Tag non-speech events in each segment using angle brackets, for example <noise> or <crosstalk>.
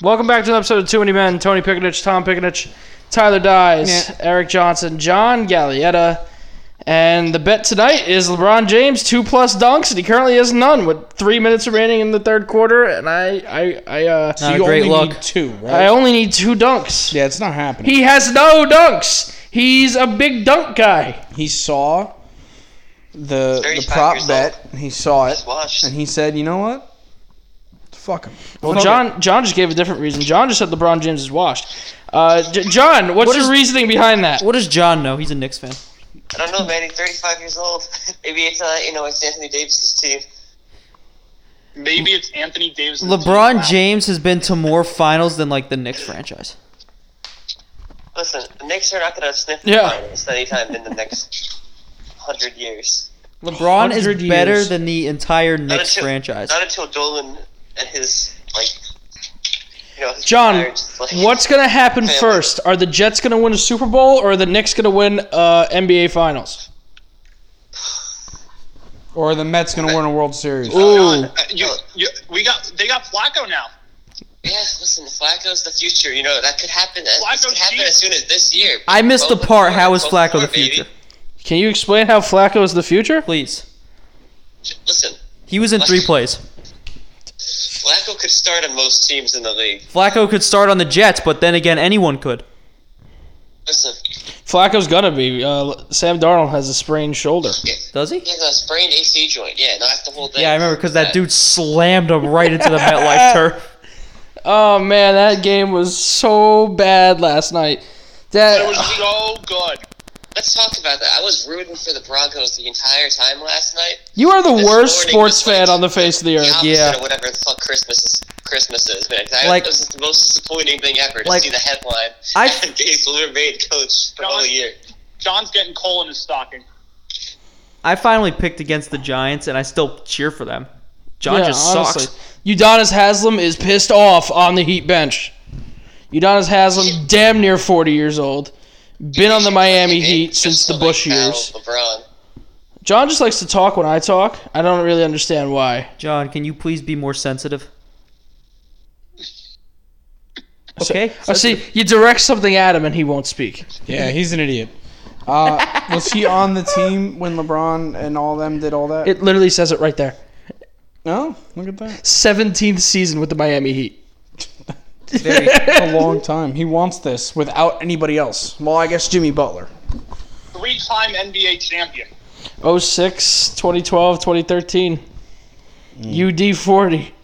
Welcome back to an episode of Too Many Men. Tony Pickenich, Tom Pickenich, Tyler Dyes, Eric Johnson, John Gallietta. And the bet tonight is LeBron James two plus dunks, and he currently has none with three minutes remaining in the third quarter. And I, I, I, uh, Not a you great only look. need two, right? I only need two dunks. yeah, it's not happening. He has no dunks. He's a big dunk guy. He saw the the 35 prop years bet. He saw it, Just watched. and he said, "You know what? Fuck him." Well, John, John just gave a different reason. John just said LeBron James is washed. Uh, J- John, what's What your is- reasoning behind that? What does John know? He's a Knicks fan. I don't know, man. He's 35 years old. <laughs> Maybe it's uh, you know, it's Anthony Davis's team. Maybe it's Anthony Davis. LeBron James has been to more finals than like the Knicks franchise. Listen, the Knicks are not gonna sniff the Yeah. finals anytime in the next hundred years. LeBron is 100 years. better than the entire Knicks until- franchise. Not until Dolan and his like, you know, his John, retired, like, what's gonna happen Family. first? Are the Jets gonna win a Super Bowl, or are the Knicks gonna win uh, NBA Finals? Or the Mets gonna win a World Series? Ooh, uh, you, you, we got they got Flacco now. Yeah, listen, Flacco's the future. You know that could happen. That Flacco's could happen cheap. as soon as this year. I missed the Both part. before, How is both Flacco the before, baby. future? can you explain how Flacco is the future? Please. Listen, He was in three plays. Flacco could start on most teams in the league. Flacco could start on the Jets, but then again, anyone could. Listen, Flacco's gonna be. Uh, Sam Darnold has a sprained shoulder. Does he? he has a sprained AC joint. Yeah, no, that's the whole thing. Yeah, I remember because that dude slammed him right into <laughs> the MetLife turf. Oh man, that game was so bad last night. It was That so good. Let's talk about that. I was rooting for the Broncos the entire time last night. you are the This worst morning sports was like fan on the face of the The earth. opposite yeah. of whatever the fuck Christmas is. Christmas is, man. 'Cause I, Like- it was the most disappointing thing ever to Like- see the headline. <laughs> I- Days Lillard made coach for the whole John- year. John's getting coal in his stocking. I finally picked against the Giants, and I still cheer for them. John Yeah, just honestly. sucks. Udonis Haslam is pissed off on the Heat bench. Udonis Haslam, damn near 40 years old, been on the Miami Heat since the Bush years. LeBron. John just likes to talk when I talk. I don't really understand why. John, can you please be more sensitive? Okay. I uh, see you direct something at him and he won't speak. Yeah, he's an idiot. <laughs> Uh, was he on the team when LeBron and all them did all that? It literally says it right there. no, look at that. 17th season with the Miami Heat. Very- a <laughs> long time. He wants this without anybody else. Well, I guess Jimmy Butler. Three-time NBA champion. 06, 2012, 2013. UD 40.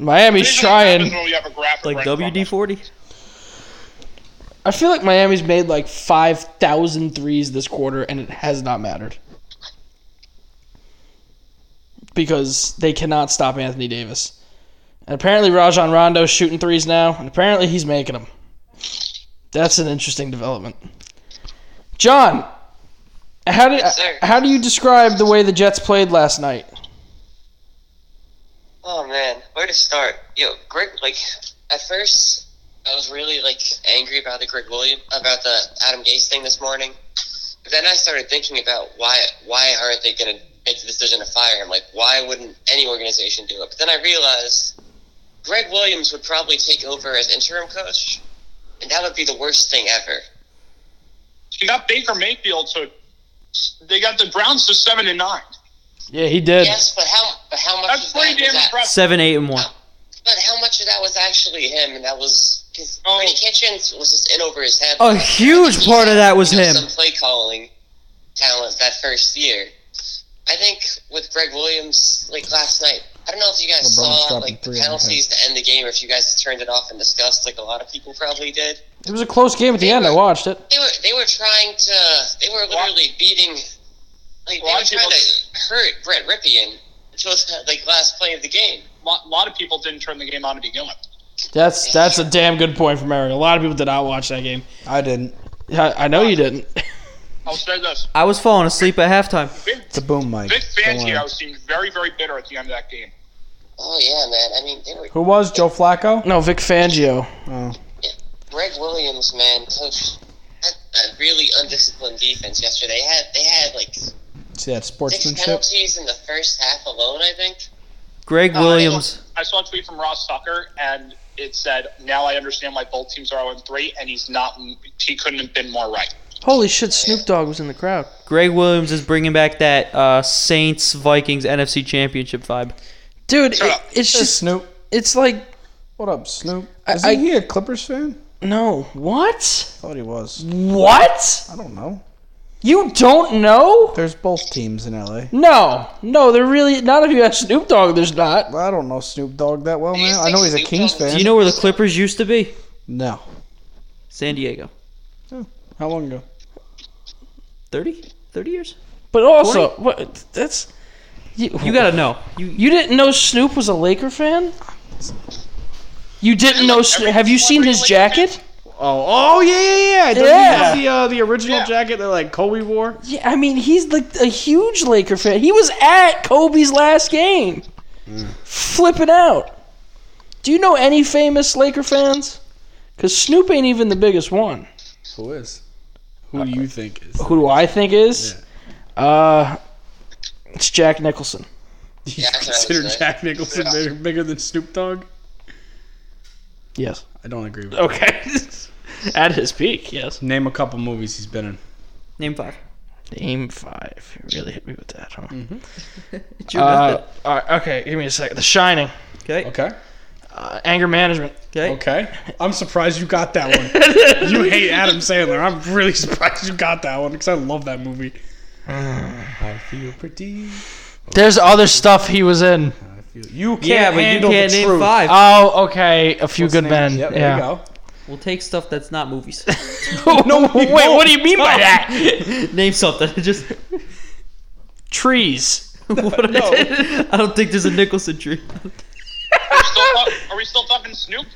Miami's Usually happens trying. When we have a graphic like right in front of WD us. forty. I feel like Miami's made like 5,000 threes this quarter and it has not mattered. Because they cannot stop Anthony Davis. And apparently Rajon Rondo's shooting threes now, and apparently he's making them. That's an interesting development. John, how do, Yes, sir. how do you describe the way the Jets played last night? Oh man, where to start? Yo, Greg. Like at first, I was really like angry about the Greg Williams about the Adam Gase thing this morning. But then I started thinking about why why aren't they going to make the decision to fire him? Like why wouldn't any organization do it? But then I realized Greg Williams would probably take over as interim coach, and that would be the worst thing ever. You got Baker Mayfield, so they got the Browns to seven and nine. Yeah, he did. Yes, but how but how much That's of pretty that was damn that? impressive. Seven, eight, and one. But how much of that was actually him, and that was because Oh. Freddie Kitchens was just in over his head. A huge part of that was You know, him. Some play calling talent that first year. I think with Greg Williams, like last night, I don't know if you guys LeBron's saw dropping like the three in the penalties to end the game, or if you guys turned it off in disgust, like a lot of people probably did. It was a close game at the end. I watched it. They were they were trying to they were literally beating like they Well, I were trying think- to hurt Brett Ripien until like last play of the game. A lot, lot of people didn't turn the game on to begin with. That's that's a damn good point from Eric. A lot of people did not watch that game. I didn't. I, I know you didn't. <laughs> I'll say this: I was falling asleep at halftime. It's a boom mic. Vic Don't worry. Fangio seemed very, very bitter at the end of that game. Oh yeah, man. I mean, they were Who was Joe Flacco? No, Vic Fangio. Oh. Greg Williams, man, coached a a really undisciplined defense yesterday. They had they had like six See that sportsmanship? penalties in the <laughs> first half alone, I think. Greg Uh, Williams. I saw a tweet from Ross Tucker, and it said, "Now I understand why both teams are 0 and 3," and he's not. He couldn't have been more right. Holy shit, Snoop Dogg was in the crowd. Greg Williams is bringing back that uh, Saints Vikings NFC Championship vibe. Dude, it, Shut up. it's just Snoop. it's like What up, Snoop? I- Is I- he a Clippers fan? no. What? Thought he was. What? I don't know. You don't know? There's both teams in LA. No, no, they're really not. If you ask Snoop Dogg, there's not. Well, I don't know Snoop Dogg that well, Do you man. I think know he's a Snoop Kings Dogg- fan. Do you know where the Clippers used to be? No. San Diego. How long ago? 30? 30 years? But also, what? That's you, You gotta know. You You didn't know Snoop was a Laker fan? You didn't know Snoop? Have you seen his jacket? oh oh yeah yeah yeah. Doesn't he have the uh, the original Yeah. jacket that like Kobe wore. Yeah, I mean, he's like a huge Laker fan. He was at Kobe's last game, flipping out. Do you know any famous Laker fans? Because Snoop ain't even the biggest one. Who is? Who do you think is? Who do I think is? Uh, it's Jack Nicholson. Do Yeah, that's what I consider was saying. Jack Nicholson bigger, than Snoop Dogg? Yes. I don't agree with Okay. <laughs> At his peak, yes. Name a couple movies he's been in. Name five. Aim five. You really hit me with that, huh? It's your Uh, method. all right, okay, give me a second. The Shining, Okay. Okay. uh, anger management. Okay. Okay. I'm surprised you got that one. <laughs> you hate Adam Sandler. I'm really surprised you got that one because I love that <sighs> movie. I feel pretty. There's other stuff he was in. I feel you can't Yeah, but you handle can't the name truth. five. Oh, okay, A Few Good Name- Men. Yep, yeah. There you We'll take stuff that's not <laughs> movies. go. <laughs> no, we wait, won't. what do you mean <laughs> by that? <laughs> Name something. <laughs> Just Trees. <laughs> what I don't think there's a Nicholson tree. Are we still, talk- are we still talking Snoop?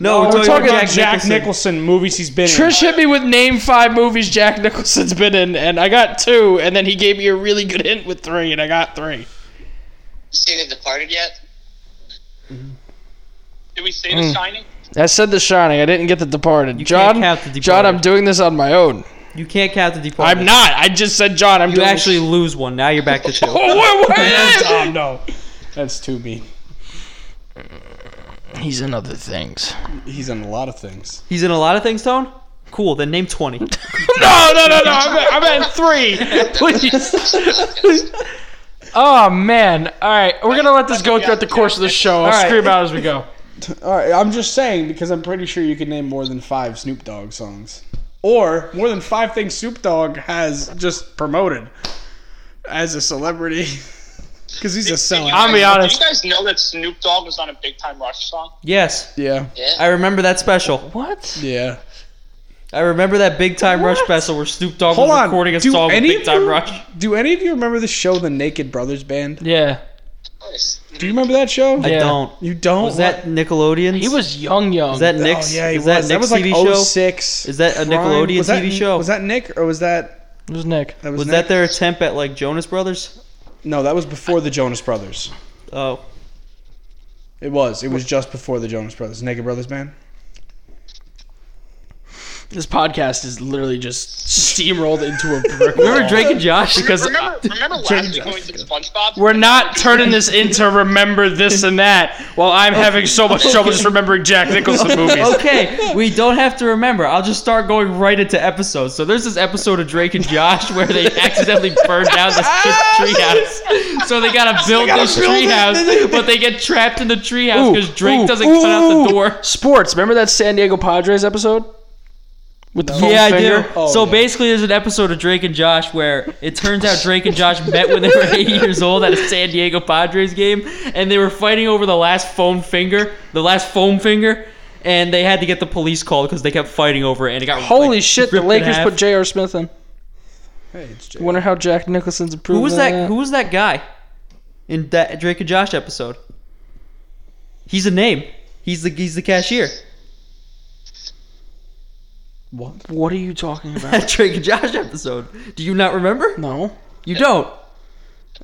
No, We're talking about Jack, Nicholson. Nicholson. movies he's been Trish hit me with name five movies Jack Nicholson's been in, and I got two, and then he gave me a really good hint with three, and I got three. Seen The Departed yet? Did we say the Mm. signing? I said The Shining. I didn't get The Departed. You John, can't count The John, I'm Departed. doing this on my own. You can't count the department. I'm not. I just said John. I'm You doing <laughs> actually lose one. Now you're back to two. Oh, <laughs> what, in. what? Tom, no. That's too mean. He's in other things. He's in a lot of things. He's in a lot of things, Tone. Cool. Then name <laughs> twenty. <laughs> No, no, no, no. I'm at, I'm at three. Please. <laughs> Oh, man. All right. We're going to let this go throughout the course of the show. I'll right. scream out as we go. All right, I'm just saying because I'm pretty sure you can name more than five Snoop Dogg songs, or more than five things Snoop Dogg has just promoted as a celebrity, <laughs> because he's a sellout. I'll be Do you honest. guys know that Snoop Dogg was on a Big Time Rush song? yes, yeah, I Yeah. remember that special. What? yeah. I remember that Big Time Rush special where Snoop Dogg Hold was on. recording a Do song with any Big of Time you- Rush. Do any of you remember the show The Naked Brothers Band? Yeah. Of course. Do you remember that show? I Yeah. don't. You don't. Was that Nickelodeon? He was young, young. Is that Oh, Nick's? yeah, he is that was. That Nick's was like TV show? 06. Is that a Prime- Nickelodeon was that- TV show? Was that Nick or was that it was Nick. that was, Was Nick? that their attempt at like Jonas Brothers? No, that was before the Jonas Brothers. Oh, It was. It was just before the Jonas Brothers. Naked Brothers Band. This podcast is literally just steamrolled into a <laughs> brick wall. remember Drake and Josh? Because Remember, remember last week when we did SpongeBob? we're not turning this into remember this and that while I'm having so much trouble just remembering Jack Nicholson movies. <laughs> okay, we don't have to remember. I'll just start going right into episodes. So there's this episode of Drake and Josh <laughs> where they accidentally burned down <laughs> this kid's treehouse. So they gotta build this treehouse, but they get trapped in the treehouse Ooh, because Drake ooh, doesn't cut out ooh. the door. Sports. Remember that San Diego Padres episode? With the foam Yeah, I finger? do. Oh, so yeah. basically, there's an episode of Drake and Josh where it turns out Drake and Josh met when they were eight years old at a San Diego Padres game, and they were fighting over the last foam finger, the last foam finger, and they had to get the police called because they kept fighting over it, and it got Holy like, shit, the ripped in Lakers half. put J.R. Smith in. Hey, it's Jay. Wonder how Jack Nicholson's approved. who was that? Who was that guy in that Drake and Josh episode? He's a name. He's the he's the cashier. What are you talking about? <laughs> That Drake and Josh episode. Do you not remember? <laughs> no. You don't.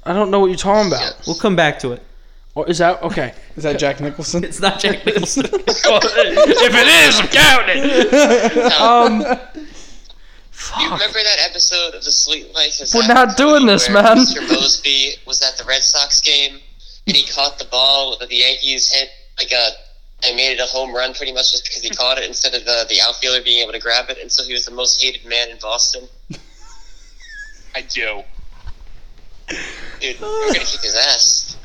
I don't know what you're talking about. Oh, We'll come back to it. Or is that okay? Is that Jack Nicholson? It's not <laughs> <laughs> Jack Nicholson. if it is, I'm counting it. <laughs> Um, You fuck. remember that episode of The Sweet Life? of We're Zach not doing Cody this, where man. Mr. Mosby was at the Red Sox game and he caught the ball that the Yankees hit like a they made it a home run pretty much just because he caught it instead of the, the outfielder being able to grab it, and so he was the most hated man in Boston. I do. Dude, we're gonna kick his ass.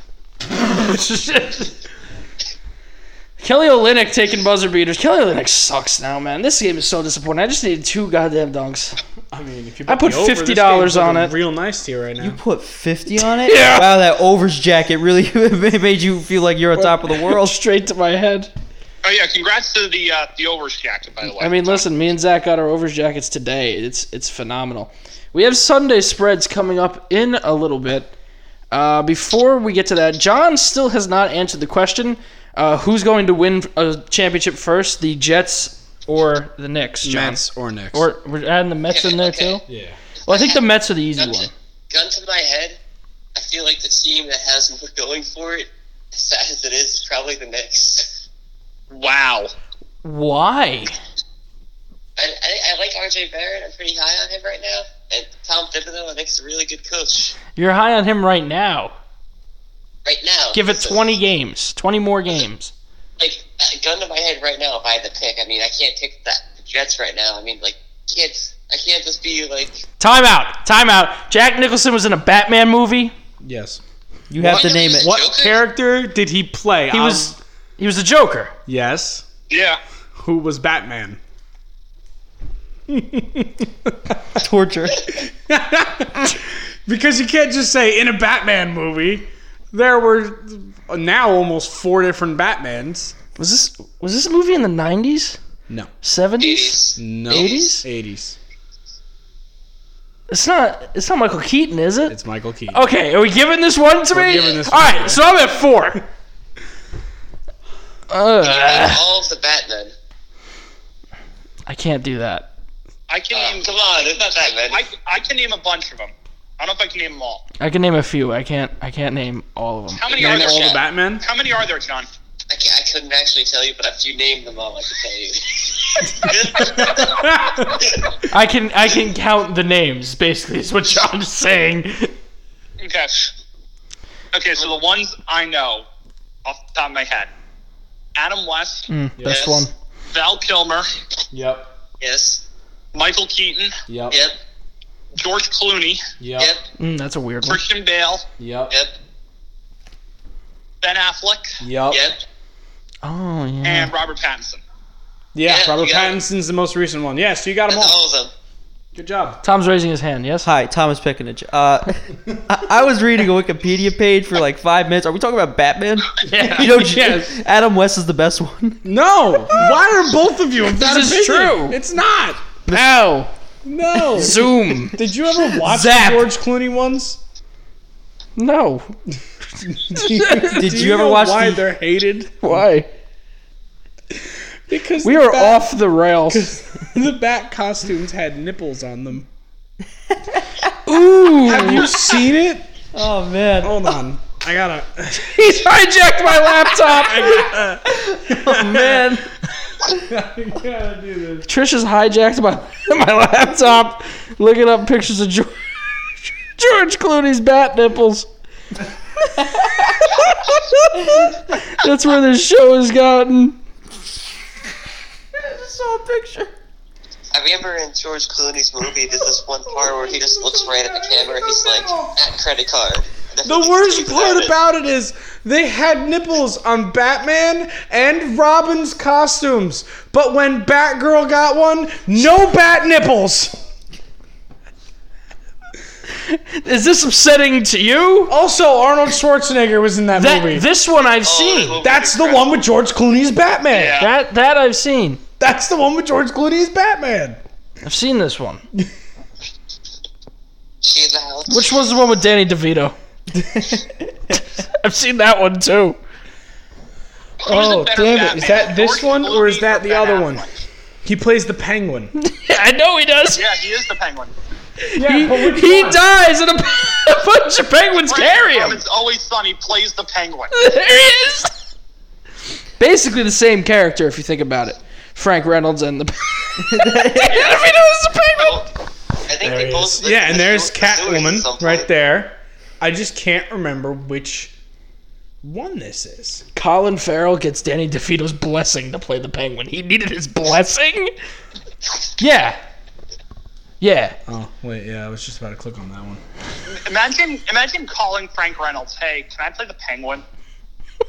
Kelly Olynyk taking buzzer beaters. Kelly Olynyk sucks now, man. This game is so disappointing. I just needed two goddamn dunks. I mean, if you I put the over, this $50 game's on looking it. Real nice to you right now. You put 50 on it? Wow, that overs jacket really <laughs> made you feel like you're on top of the world. <laughs> Straight to my head. Oh yeah, congrats to the uh, the overs jacket by the way. I mean, listen, me and Zach got our overs jackets today. It's it's phenomenal. We have Sunday spreads coming up in a little bit. Uh, before we get to that, John still has not answered the question: uh, who's going to win a championship first, the Jets or the Knicks? John, Mets or Knicks. or we're adding the Mets in there Okay. too. yeah. Well, I think the Mets are the easy Gun one. to, gun to my head, I feel like the team that has more going for it, as sad as it is, is probably the Knicks. wow. Why? I, I, I like RJ Barrett. I'm pretty high on him right now. And Tom Thibodeau, I think's a really good coach You're high on him right now. right now. Give it So, 20 games, 20 more games. Like, uh, gun to my head right now, if I had to pick, I mean, I can't pick that, the Jets right now. I mean, like, kids, I can't just be like, Timeout. Timeout. Jack Nicholson was in a Batman movie. Yes. You have to Why name does it. it- What Joker? character did he play? He I'll- was he was the Joker. Yes. Yeah. Who was Batman? <laughs> Torture. because you can't just say in a Batman movie there were now almost four different Batmans. Was this was this a movie in the 90s? No. 70s? geez, No. 80s? 80s. It's not it's not Michael Keaton, is it? It's Michael Keaton. okay, are we giving this one to me? giving this All one right, to so I'm at <laughs> 4. Ugh, all of the Batman. I can't do that. I can name come on, it's not that many. I, I can name a bunch of them. I don't know if I can name them all. I can name a few. I can't I can't name all of them. How many Name are there? all the John? Batman? How many are there, <laughs> John? I, can't, I couldn't actually tell you, but if you named them all, I could tell <laughs> you. I can I can count the names basically is what John's saying. Okay. Okay, so the ones I know off the top of my head Adam West, Mm, Best one. Yes. Val Kilmer, yep. yes. Michael Keaton, Yep. Yep. George Clooney, Yep. Yep. Mm, that's a weird one. Christian Bale, Yep. Yep. Ben Affleck, Yep. Yep. Oh yeah. and Robert Pattinson. Yeah, Yeah, Robert you got it. Pattinson's the most recent one. Yes, you got them That's all. all of them. Good <laughs> job. Tom's raising his hand. Yes. Hi, Thomas Pekinich. Uh, <laughs> I, I was reading a Wikipedia page for like five minutes. Are we talking about <laughs> Batman? Yeah. You <laughs> know, Adam West is the best one. No, why are both of you? Of that This is opinion? true. It's not. Ow. No. Zoom. Did you ever watch Zap. the George Clooney <laughs> ones? No. Did <laughs> Do you, ever know watch why the? they're hated? Why? Because We the are bat- off the rails. <laughs> The bat costumes had nipples on them. Have Ooh. you seen it? Oh man, Hold on. I gotta. <laughs> He's hijacked my <laughs> laptop. <laughs> man. I gotta do this. Trish has hijacked my <laughs> my laptop. Looking up pictures of George, George <laughs> Clooney's bat nipples. <laughs> That's where this show has gotten. I remember in George Clooney's movie, there's this one part where he just looks right at the camera and he's like, that credit card. And I The think he's worst taking part credit. about it is they had nipples on Batman and Robin's costumes, but when Batgirl got one, no bat nipples. Is this upsetting to you? Also, Arnold Schwarzenegger was in that, Oh, movie. Oh, That this one I've that seen. movie. That's the one with George Clooney's Batman. Yeah. That that I've seen. That's the one with George Clooney's Batman. I've seen this one. She's out. Which was the one with Danny DeVito? <laughs> I've seen that one too. Oh, better damn it. Batman? Is that this George one or is Clooney that or the Ben other one? Affleck? He plays the penguin. I know he does. Yeah, he is the penguin. Yeah, He, he dies, and a, <laughs> a bunch of penguins carry From him. It's always sunny. Plays the penguin. There he is. Basically the same character, if you think about it. Frank Reynolds and the <laughs> Danny DeVito is the penguin. I think they both lived Yeah, in and the there's Sewers at some Catwoman point. right there. I just can't remember which one this is. Colin Farrell gets Danny DeVito's blessing to play the Penguin. He needed his blessing. Yeah. Yeah. Oh wait, yeah, I was just about to click on that one. Imagine, imagine calling Frank Reynolds. Hey, can I play the Penguin? <laughs>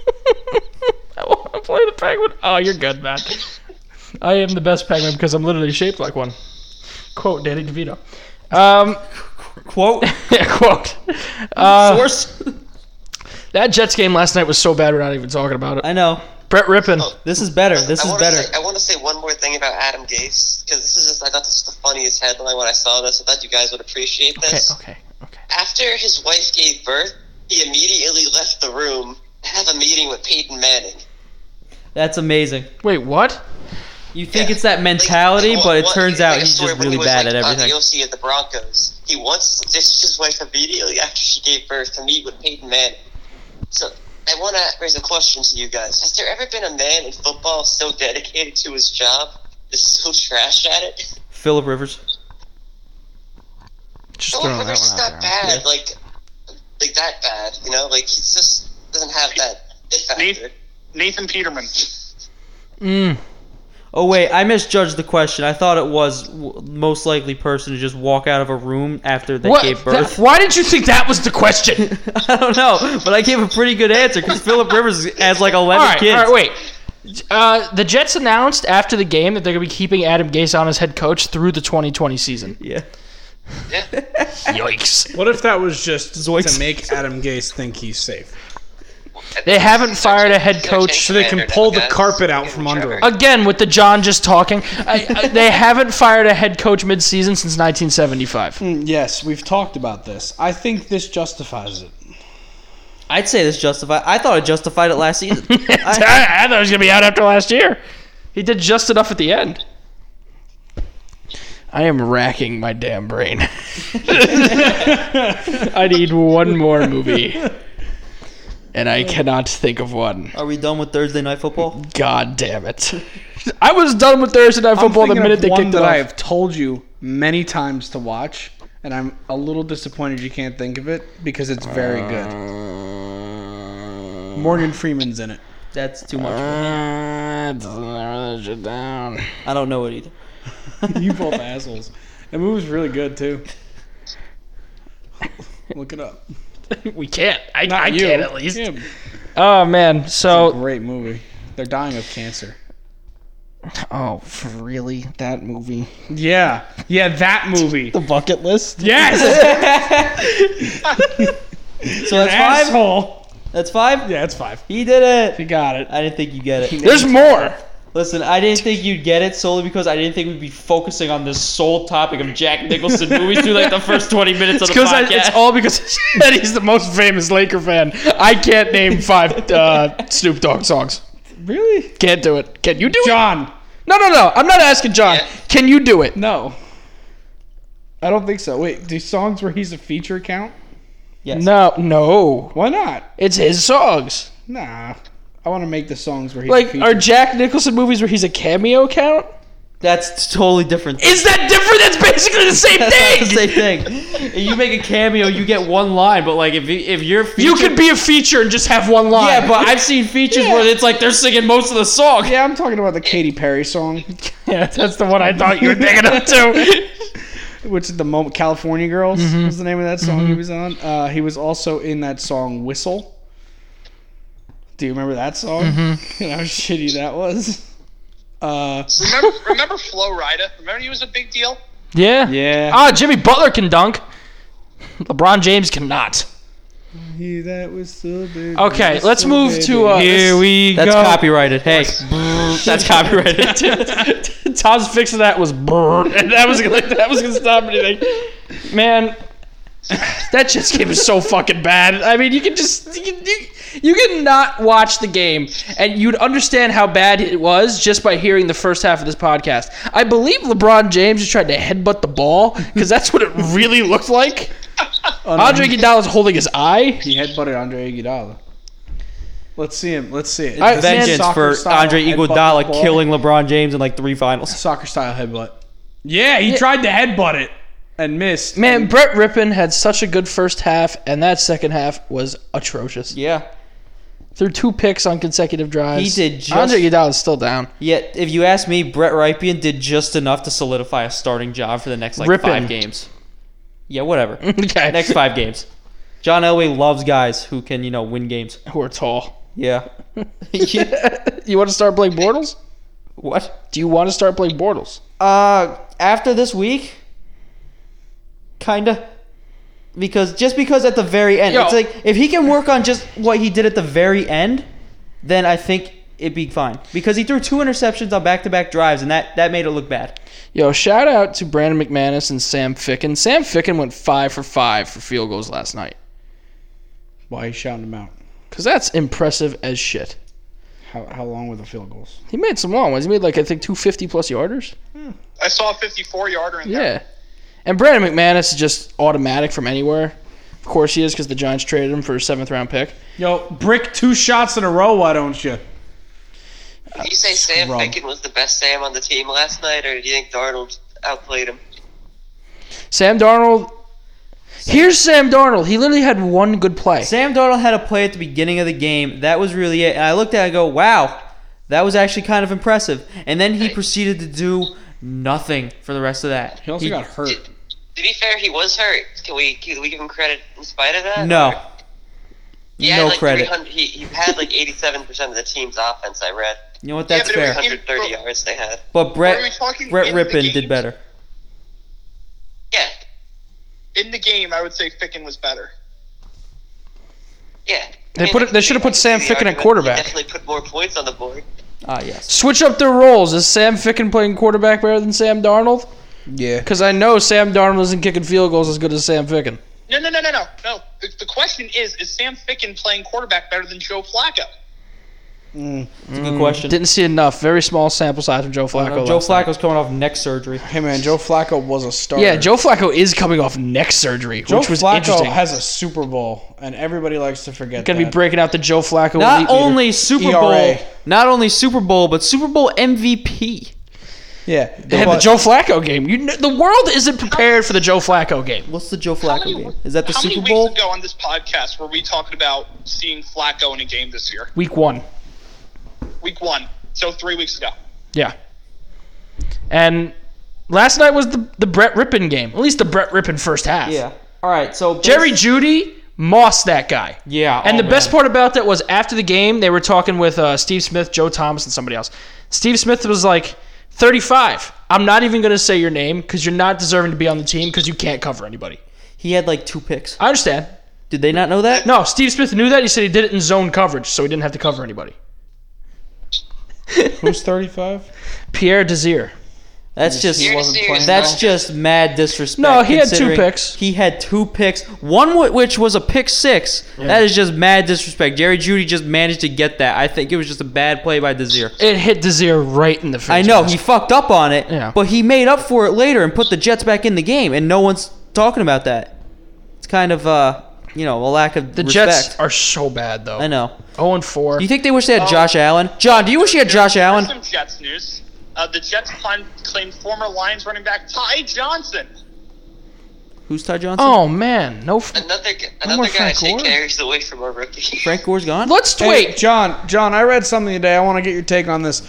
I want to play the penguin. Oh, you're good, man. I am the best penguin because I'm literally shaped like one. Quote Danny DeVito. Um, <laughs> <laughs> Quote. yeah, quote. Uh, Source. that Jets game last night was so bad we're not even talking about it. I know. Brett Rippin. This is better. This I is wanna better. Say, I want to say one more thing about Adam Gase because this is just. I thought this was the funniest headline when I saw this. I thought you guys would appreciate Okay, this. okay, okay. After his wife gave birth, he immediately left the room to have a meeting with Peyton Manning. That's amazing. Wait, what? You think Yeah. it's that Like- mentality, like, but it what- turns like out a he's story just when really he was, bad like, at on everything. The OC at the Broncos. He once ditched his wife immediately after she gave birth to meet with Peyton Manning. So I want to raise a question to you guys: Has there ever been a man in football so dedicated to his job? This is so trash at it. Philip Rivers. Just Philip throwing that Rivers is one out not there. bad, like like that bad, you know. Like he just doesn't have that it Nathan, factor. Nathan Peterman. <laughs> Mm. Oh wait, I misjudged the question. I thought it was w- most likely person to just walk out of a room after they What? gave that- birth. why did you think that was the question? <laughs> I don't know, but I gave a pretty good answer because Philip Rivers has like eleven all right, kids. all right, wait. Uh, the Jets announced after the game that they're going to be keeping Adam Gase on as head coach through the 2020 season. <laughs> Yeah. Yeah. Yikes. What if that was just Zoinks. to make Adam Gase think he's safe? They haven't fired a head coach So they can pull the carpet out from under him. Again, with the John just talking, I, I, they haven't fired a head coach midseason since 1975. Mm, Yes, we've talked about this. I think this justifies it. I'd say this justified. I thought it justified it last season. <laughs> I, <laughs> I, I thought he was going to be out after last year. He did just enough at the end. I am racking my damn brain. <laughs> I need one more movie. And I cannot think of one. are we done with Thursday night football? God damn it. I was done with Thursday Night Football the thinking minute of they one kicked it that I off. have told you many times to watch, and I'm a little disappointed you can't think of it because it's Uh. very good. Morgan Freeman's in it. That's too much. Uh, doesn't really let you down. I don't know it either. <laughs> You <laughs> both assholes. That movie's really good too. Look it up. <laughs> We can't. I, I You. can't at least. Yeah, Oh man. So. great movie. They're dying of cancer. Oh, for really? That movie? Yeah, yeah, that movie. The bucket <laughs> <laughs> list. Yes, So that's five. asshole. That's five. Yeah, it's five. He did it. You got it. I didn't think you get it. There's more. Listen, I didn't think you'd get it solely because I didn't think we'd be focusing on this sole topic of Jack Nicholson movies through like the first 20 minutes of the Because I, podcast. it's all because <laughs> that he's the most famous Laker fan. I can't name five uh, Snoop Dogg songs. Really, Can't do it. Can you do John? it? No, no, no. I'm not asking John. Yeah. Can you do it? No, I don't think so. Wait, do songs where he's a feature count? yes. No, no. Why not? It's his songs. Nah, I want to make the songs where he's a Like, feature. are Jack Nicholson movies where he's a cameo count? That's totally different. Is that different? That's basically the same <laughs> That's not the thing. same <laughs> thing. If you make a cameo, you get one line, but like if you- if you're You could be a feature and just have one line. yeah, but I've seen features where it's like they're singing most of the song. yeah, I'm talking about the Katy Perry song, <laughs> yeah, that's the one I thought you were thinking of <laughs> too. which is the moment California Girls was the name of that song he was on. Uh, he was also in that song Whistle. Do you remember that song? And <laughs> how shitty that was. Uh, Remember, remember Flo Rida? Remember he was a big deal. Yeah. yeah. Ah, Jimmy Butler can dunk. LeBron James cannot. He that was so big. Okay, was let's so move big. to uh, Here we That's copyrighted. Hey, <laughs> <laughs> that's copyrighted. Tom's fix of that was brrr, and <laughs> that was gonna, that was gonna stop anything. Man, that just game is so fucking bad. I mean, you can just you can, you, you can not watch the game and you'd understand how bad it was just by hearing the first half of this podcast. I believe LeBron James just tried to headbutt the ball because that's what it really looked like. Andre Iguodala's holding his eye. He headbutted Andre Iguodala. Let's see him. Let's see it. I- It's Vengeance soccer for style Andre headbutt Iguodala football. killing LeBron James in like three finals. soccer style headbutt. Yeah, he tried to headbutt it and missed. Man, Brett Rippin had such a good first half, and that second half was atrocious. Yeah. Threw two picks on consecutive drives. He did just- Andre Iguodala is still <laughs> down. Yet, if you ask me, Brett Ripien did just enough to solidify a starting job for the next like Ripien. five games. Yeah, whatever. <laughs> okay. next five games. John Elway loves guys who can you know win games. Who are tall. Yeah. <laughs> you want to start Blake Bortles? What? Do you want to start Blake Bortles? Uh, after this week, kinda. Because just because at the very end, Yo. it's like if he can work on just what he did at the very end, then I think it'd be fine. Because he threw two interceptions on back-to-back drives, and that that made it look bad. Yo, shout out to Brandon McManus and Sam Ficken. Sam Ficken went five for five for field goals last night. Why are you shouting him out? Cause that's impressive as shit. How, how long were the field goals? He made some long ones. He made like I think two fifty plus yarders. I saw a 54 yarder in there. Yeah. And Brandon McManus is just automatic from anywhere. Of course he is because the Giants traded him for a seventh round pick. Yo, brick two shots in a row. Why don't you? Do you say Sam Wrong. Pickett was the best Sam on the team last night, or do you think Darnold outplayed him? Sam Darnold. Here's Sam Darnold. He literally had one good play. Sam Darnold had a play at the beginning of the game. That was really it. And I looked at it and I go, wow, that was actually kind of impressive. And then he proceeded to do nothing for the rest of that. He also got hurt. To be fair, he was hurt. Can we can we give him credit in spite of that? No. Or- he had no like credit. 300 He, he had like 87 percent of the team's offense. I read You know what? That's Yeah, but it was fair. 130 yards they had. But Are we Brett talking <laughs> Brett in the Rippin games? did better. Yeah, In the game, I would say Ficken was better. yeah. They put it- they should've put Sam Ficken at Ficken quarterback. Definitely put more points on the board. Ah, yes. Switch up their roles. Is Sam Ficken playing quarterback better than Sam Darnold? Yeah. Because I know Sam Darnold isn't kicking field goals as good as Sam Ficken. No, no, no, no, no, no. The, the question is, is Sam Ficken playing quarterback better than Joe Flacco? That's a good question. Didn't see enough. Very small sample size from Joe Flacco. Joe last night. Flacco's coming off neck surgery. Hey man, Joe Flacco was a starter. Yeah, Joe Flacco is coming off neck surgery, Joe which was Flacco interesting. has a Super Bowl, and everybody likes to forget. Gonna be that. breaking out the Joe Flacco. elite Not meter. only Super ERA. Bowl, not only Super Bowl, but Super Bowl MVP. yeah. They had the Joe Flacco game. You, kn- the world isn't prepared for the Joe Flacco game. What's the Joe How Flacco many- game? Is that the how Super many Bowl? weeks ago on this podcast were we talking about seeing Flacco in a game this year? Week one. Week one, so three weeks ago. Yeah. And last night was the, the Brett Rippin game. At least the Brett Rippin first half. Yeah. All right. So Jerry Judy mossed that guy. Yeah. And oh, the best man. part about that was after the game, they were talking with uh, Steve Smith, Joe Thomas, and somebody else. Steve Smith was like, 35. I'm not even going to say your name because you're not deserving to be on the team because you can't cover anybody. he had like two picks. I understand. Did they not know that? No, Steve Smith knew that. He said he did it in zone coverage, so he didn't have to cover anybody. Who's thirty-five? Pierre Desir. That's just You're serious, that's bro. just mad disrespect. No, he had two considering picks. He had two picks, one wh- which was a pick six. That is just mad disrespect. Jerry Judy just managed to get that. I think it was just a bad play by Desir. It hit Desir right in the face. I know man. he fucked up on it, Yeah. but he made up for it later and put the Jets back in the game. And no one's talking about that. It's kind of uh, you know, a lack of the respect. Jets are so bad, though. I know. 0 and 4. Do you think they wish they had Josh Oh. Allen? John, do you wish you had Josh Here's Allen? Some Jets news. Uh, the Jets claimed, claimed former Lions running back Ty Johnson. Who's Ty Johnson? Oh man, no. F- Another g- more another guy Frank to take Gore? carries away from our rookie. Frank Gore's gone. Let's Wait, wait. John. John, I read something today. I want to get your take on this.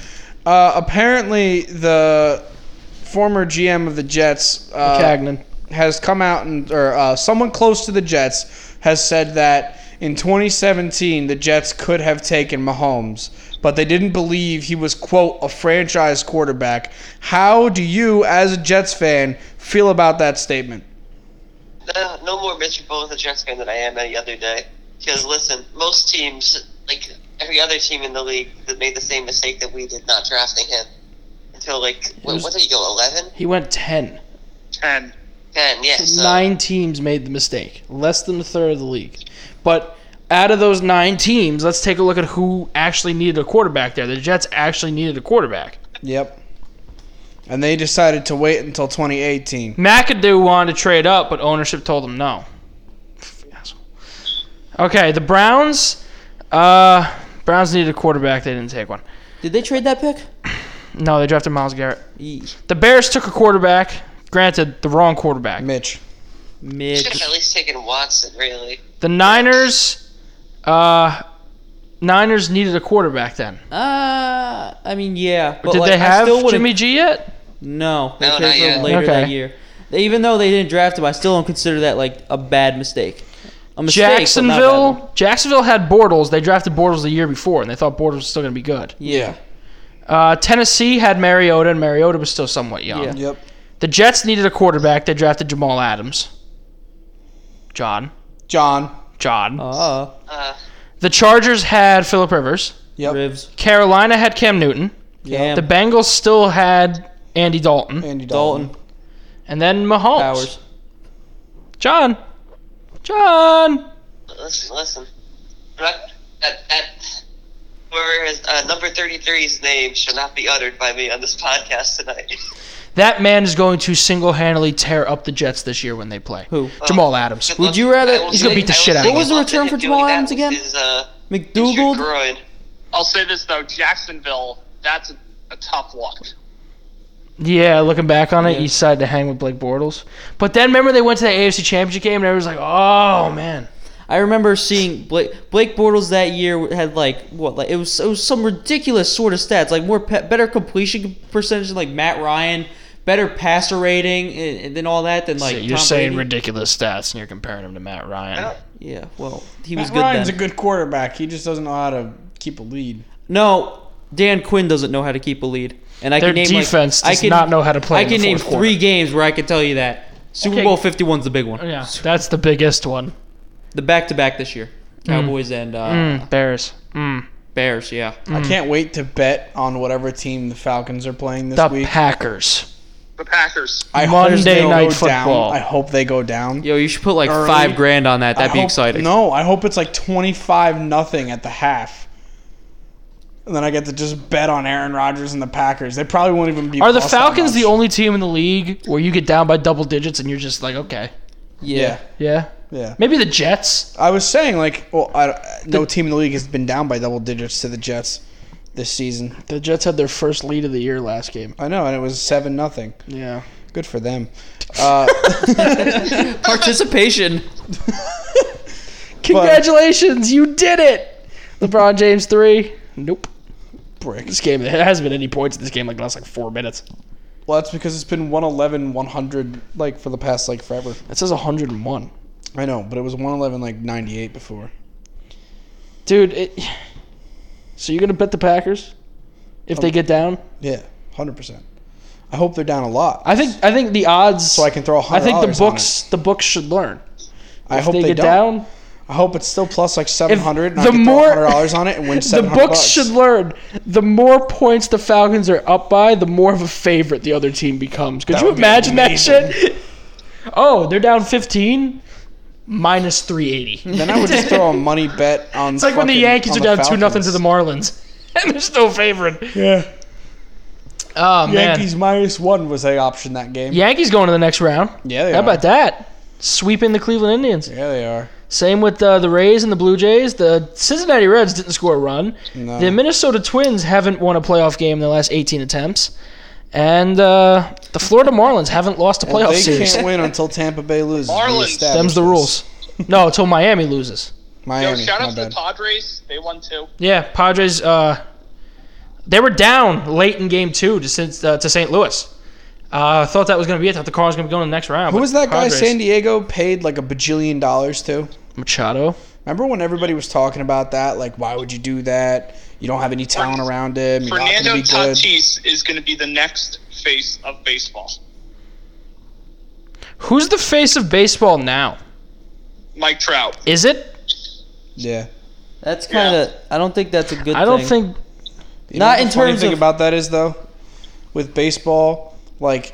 Uh, apparently, the former GM of the Jets, uh, Cagnan. has come out and or uh, someone close to the Jets has said that in 2017 the Jets could have taken Mahomes, but they didn't believe he was quote a franchise quarterback. How do you, as a Jets fan, feel about that statement? No, no more miserable as a Jets fan than I am any other day. Because listen, most teams, like every other team in the league, that made the same mistake that we did not drafting him until like what, was- what did he go 11, He went 10. Ten. 10, yeah. So Nine teams made the mistake. Less than a third of the league. But out of those nine teams, let's take a look at who actually needed a quarterback there. The Jets actually needed a quarterback. Yep. And they decided to wait until 2018. McAdoo wanted to trade up, but ownership told him no. Asshole. Okay, the Browns. Uh, Browns needed a quarterback. They didn't take one. Did they trade that pick? No, they drafted Miles Garrett. Ye- The Bears took a quarterback. Granted, the wrong quarterback. Mitch. should have Mid. at least taken Watson. Really, The Niners uh, Niners needed a quarterback then. Uh, I mean, yeah. But Did like, they I have still wouldn't- Jimmy G yet? No, they No, not traded for him yet. later that Okay. year. They- even though they didn't draft him, I still don't consider that like a bad mistake. A mistake, but not a bad one. Jacksonville. Jacksonville had Bortles. They drafted Bortles the year before, and they thought Bortles was still going to be good. Yeah. Uh, Tennessee had Mariota, and Mariota was still somewhat young. Yeah. Yep. The Jets needed a quarterback. They drafted Jamal Adams. John. John. John. Uh, Uh, the Chargers had Philip Rivers. Yep. Rivs. Carolina had Cam Newton. Cam. The Bengals still had Andy Dalton. Andy Dalton. Dalton. And then Mahomes. <laughs> Powers. John. John. listen, listen. That, that, that, whoever is uh, number 33's name should not be uttered by me on this podcast <laughs> tonight. That man is going to single handedly tear up the Jets this year when they play. Uh, Who? Jamal Adams. Good luck. you rather- I will he's gonna say- beat the I will shit out say of What was the nothing return for doing Jamal that Adams again? Is, uh, is your McDougal. groin. I'll say this though, Jacksonville. That's a, a tough look. Yeah, looking back on it, Yeah. you decided to hang with Blake Bortles. But then remember they went to the AFC Championship game and everyone's like, oh, man. I remember seeing Blake, Blake Bortles that year had like what like it was it was some ridiculous sort of stats like more pe- better completion percentage than like Matt Ryan, better passer rating and, and then all that than like So Tom you're saying Brady. ridiculous stats and you're comparing him to Matt Ryan. yeah well he was Matt good Ryan's then. a good quarterback. He just doesn't know how to keep a lead. no Dan Quinn doesn't know how to keep a lead and I Their can name defense like, does I can, not know how to play I in the can name fourth quarter. three games where I can tell you that Super Okay. Bowl Fifty One's the big one Yeah, that's the biggest one. the back to back this year Cowboys and uh, Mm, Bears. Mm. Bears yeah I can't wait to bet on whatever team the Falcons are playing this The week. Packers. The Packers. I hope Monday they'll Night go down. Football. I hope they go down. yo you should put like Early. five grand on that that'd I be hope- exciting No, I hope it's like 25 nothing at the half. And then I get to just bet on Aaron Rodgers and the Packers. They probably won't even be Are the plus that Falcons the much. only team in the league where you get down by double digits and you're just like, okay. yeah. Yeah. Yeah. Yeah. Maybe the Jets. I was saying like, well, I, no team in the league has been down by double digits to the Jets this season. The Jets had their first lead of the year last game. I know, and it was seven nothing. Yeah. Good <laughs> for them. Uh, <laughs> Participation. Congratulations, you did it. LeBron James three. Nope. bricks. This game there hasn't been any points in this game like the last like four minutes. Well, that's because it's been 111, 100 like for the past like forever. It says 101. I know, but it was 111 like 98 before. Dude, it, so you're gonna bet the Packers if Oh. they get down? Yeah, 100. percent I hope they're down a lot. I think I think the odds. so I can throw a I hundred. think the dollars on books the books should learn. it. I If hope they, they, get don't. down, I hope it's still plus like 700. and I the can throw more- hundred dollars on it and <laughs> win the 700. books bucks. should learn. The more points the Falcons are up by, the more of a favorite the other team becomes. Could That you would be imagine that amazing. shit? Oh, they're down 15, minus <laughs> 380. Then I would just throw <laughs> a money bet on. It's like when the Yankees are down two nothing to the Marlins. Marlins, <laughs> and they're still favored. Yeah, Oh man, Yankees minus one was a option that game. Yankees going to the next round. yeah, they How are. about that? Sweeping the Cleveland Indians. Yeah, they are. Same with uh, the Rays and the Blue Jays. The Cincinnati Reds didn't score a run. No. The Minnesota Twins haven't won a playoff game in the last 18 attempts. And uh, the Florida Marlins haven't lost a Well, playoff they series. can't win until Tampa Bay loses. We Marlins. established Them's the this. rules. No, until Miami loses. Yo, Miami. shout my out to the bad. Padres. They won too. Yeah, Padres. Uh, they were down late in Game Two to Sin- uh, to St. Louis. Uh, I thought that was going to be it. Thought the Cardinals going to be going to the next round. Who but was that guy Padres- San Diego paid like a bajillion dollars to? Machado. Remember when everybody was talking about that? Like, why would you do that? You don't have any talent around him. You're not Fernando going to be good. Tatis is going to be the next face of baseball. Who's the face of baseball now? Mike Trout. Is it? Yeah. That's kind of. I don't think that's a good. I don't thing. think You Not what in the funny terms thing of- about that is though, with baseball, like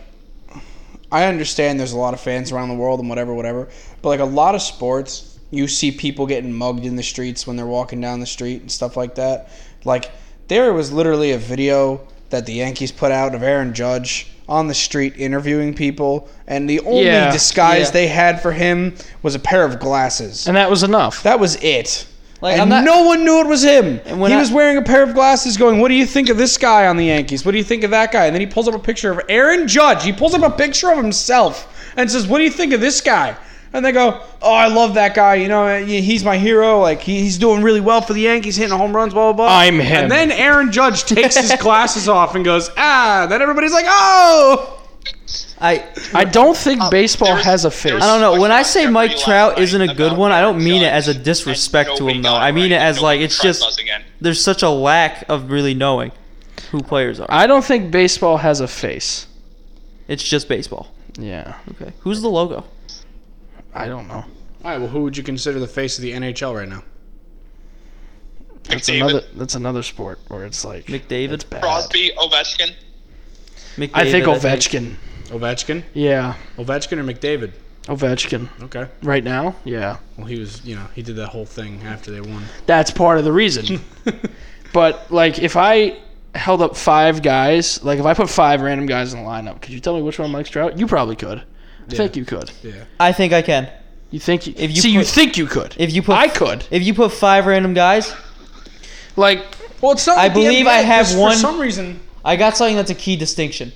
I understand there's a lot of fans around the world and whatever, whatever. But like a lot of sports, you see people getting mugged in the streets when they're walking down the street and stuff like that. Like there was literally a video that the Yankees put out of Aaron Judge on the street interviewing people, and the only Yeah, disguise yeah. they had for him was a pair of glasses. and that was enough. That was it. Like and I'm not. no one knew it was him. And when he I- was wearing a pair of glasses, going, "What do you think of this guy on the Yankees? What do you think of that guy?" And then he pulls up a picture of Aaron Judge. He pulls up a picture of himself and says, "What do you think of this guy?" and they go, "Oh, I love that guy. You know, he- he's my hero. Like he- he's doing really well for the Yankees, hitting home runs, blah blah blah." I'm him. And then Aaron Judge takes <laughs> his glasses off and goes, "Ah!" Then everybody's like, "Oh!" I I don't think baseball there was- has a there face. was- I don't know. When I say Jeopardy Mike last Trout night isn't a good about one, I Aaron don't mean it Judge, as a and disrespect to nobody him though. got I mean right, it as nobody like it's tried just buzzing in. there's such a lack of really knowing who players are. I don't think baseball has a face. It's just baseball. Yeah, Okay. Who's the logo? I don't know. All right. Well, who would you consider the face of the NHL right now? That's McDavid. another. That's another sport where it's like McDavid? it's bad. Crosby, Ovechkin. McDavid, I think Ovechkin. Ovechkin, Yeah, Ovechkin or McDavid? Ovechkin. Okay. Right now, yeah, Well, he was, you know, he did that whole thing after they won. <laughs> that's part of the reason. but like, if I held up five guys, like if I put five random guys in the lineup, could you tell me which one Mike Trout? You probably could. I think you could. Yeah. I think I can. You think you, If you see? you put- think you could. If you put I could. If you put five random guys, Like Well, it's not. I like the believe I NBA, have 'cause one- For some reason, I got something that's a key distinction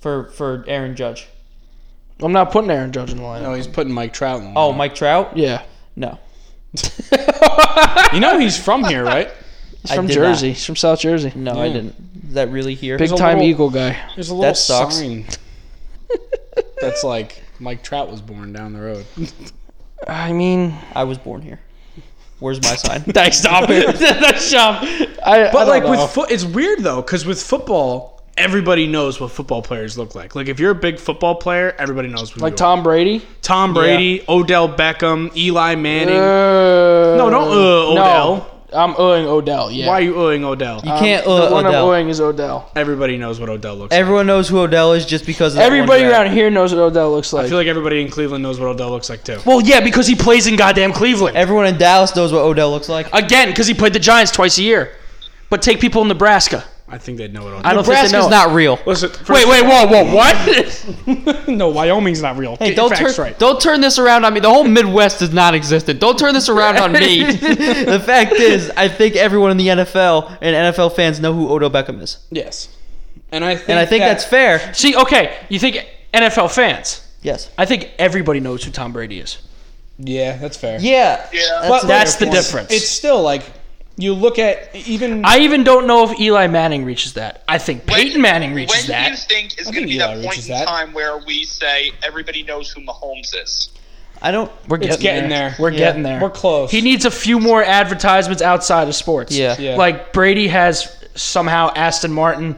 for for Aaron Judge. I'm not putting Aaron Judge in the lineup. no, he's putting Mike Trout in. Oh, Mike Trout? Yeah, No. You know he's from here, right? he's I from did not. Jersey. He's from South Jersey. No, I didn't. Is that really here? Big There's a time little- Eagle guy. There's a little That sucks. sign <laughs> that's like Mike Trout was born down the road. I mean, I was born here. Where's my <laughs> sign? thanks, stop it. That's shop. I, But like with foot foot, it's weird though, because with football, everybody knows what football players look like. Like if you're a big football player, everybody knows. Who like you are. Tom Brady. Tom Brady, Odell Beckham, Eli Manning. no, no, don't uh, Odell. I'm uhing Odell. Yeah. Why are you uhing Odell? You can't Um, the uh, one Odell. I'm uhing is Odell. Everybody knows what Odell looks like. Everyone knows who Odell is just because of that one Everybody draft. around here knows what Odell looks I like. feel like everybody in Cleveland knows what Odell looks like too. well, yeah, because he plays in goddamn Cleveland Everyone in Dallas knows what Odell looks like. again, because he played the Giants twice a year. But take people in Nebraska. I think they know what Odell. I don't think Nebraska's they know. not real. Listen, Wait, wait, whoa, whoa, what? <laughs> no, Wyoming's not real. Hey, don't turn, Facts right. don't turn this around on me. The whole Midwest is non-existent. Don't turn this around on me. <laughs> the fact is, I think everyone in the NFL and NFL fans know who Odell Beckham is, Yes, and I think and I think that- that's fair. See, okay, you think NFL fans? Yes. I think everybody knows who Tom Brady is. yeah, that's fair. Yeah. Yeah. But That's look, the it's- difference. It's still like you look at even I even don't know if Eli Manning reaches that. I think When- Peyton Manning reaches when do you that. think is I going to think be Eli that point reaches in that. time where we say everybody knows who Mahomes is? I don't. We're it's getting there. We're Yeah. getting there. We're close. He needs a few more advertisements outside of sports. Yeah. Yeah. Like Brady has somehow Aston Martin,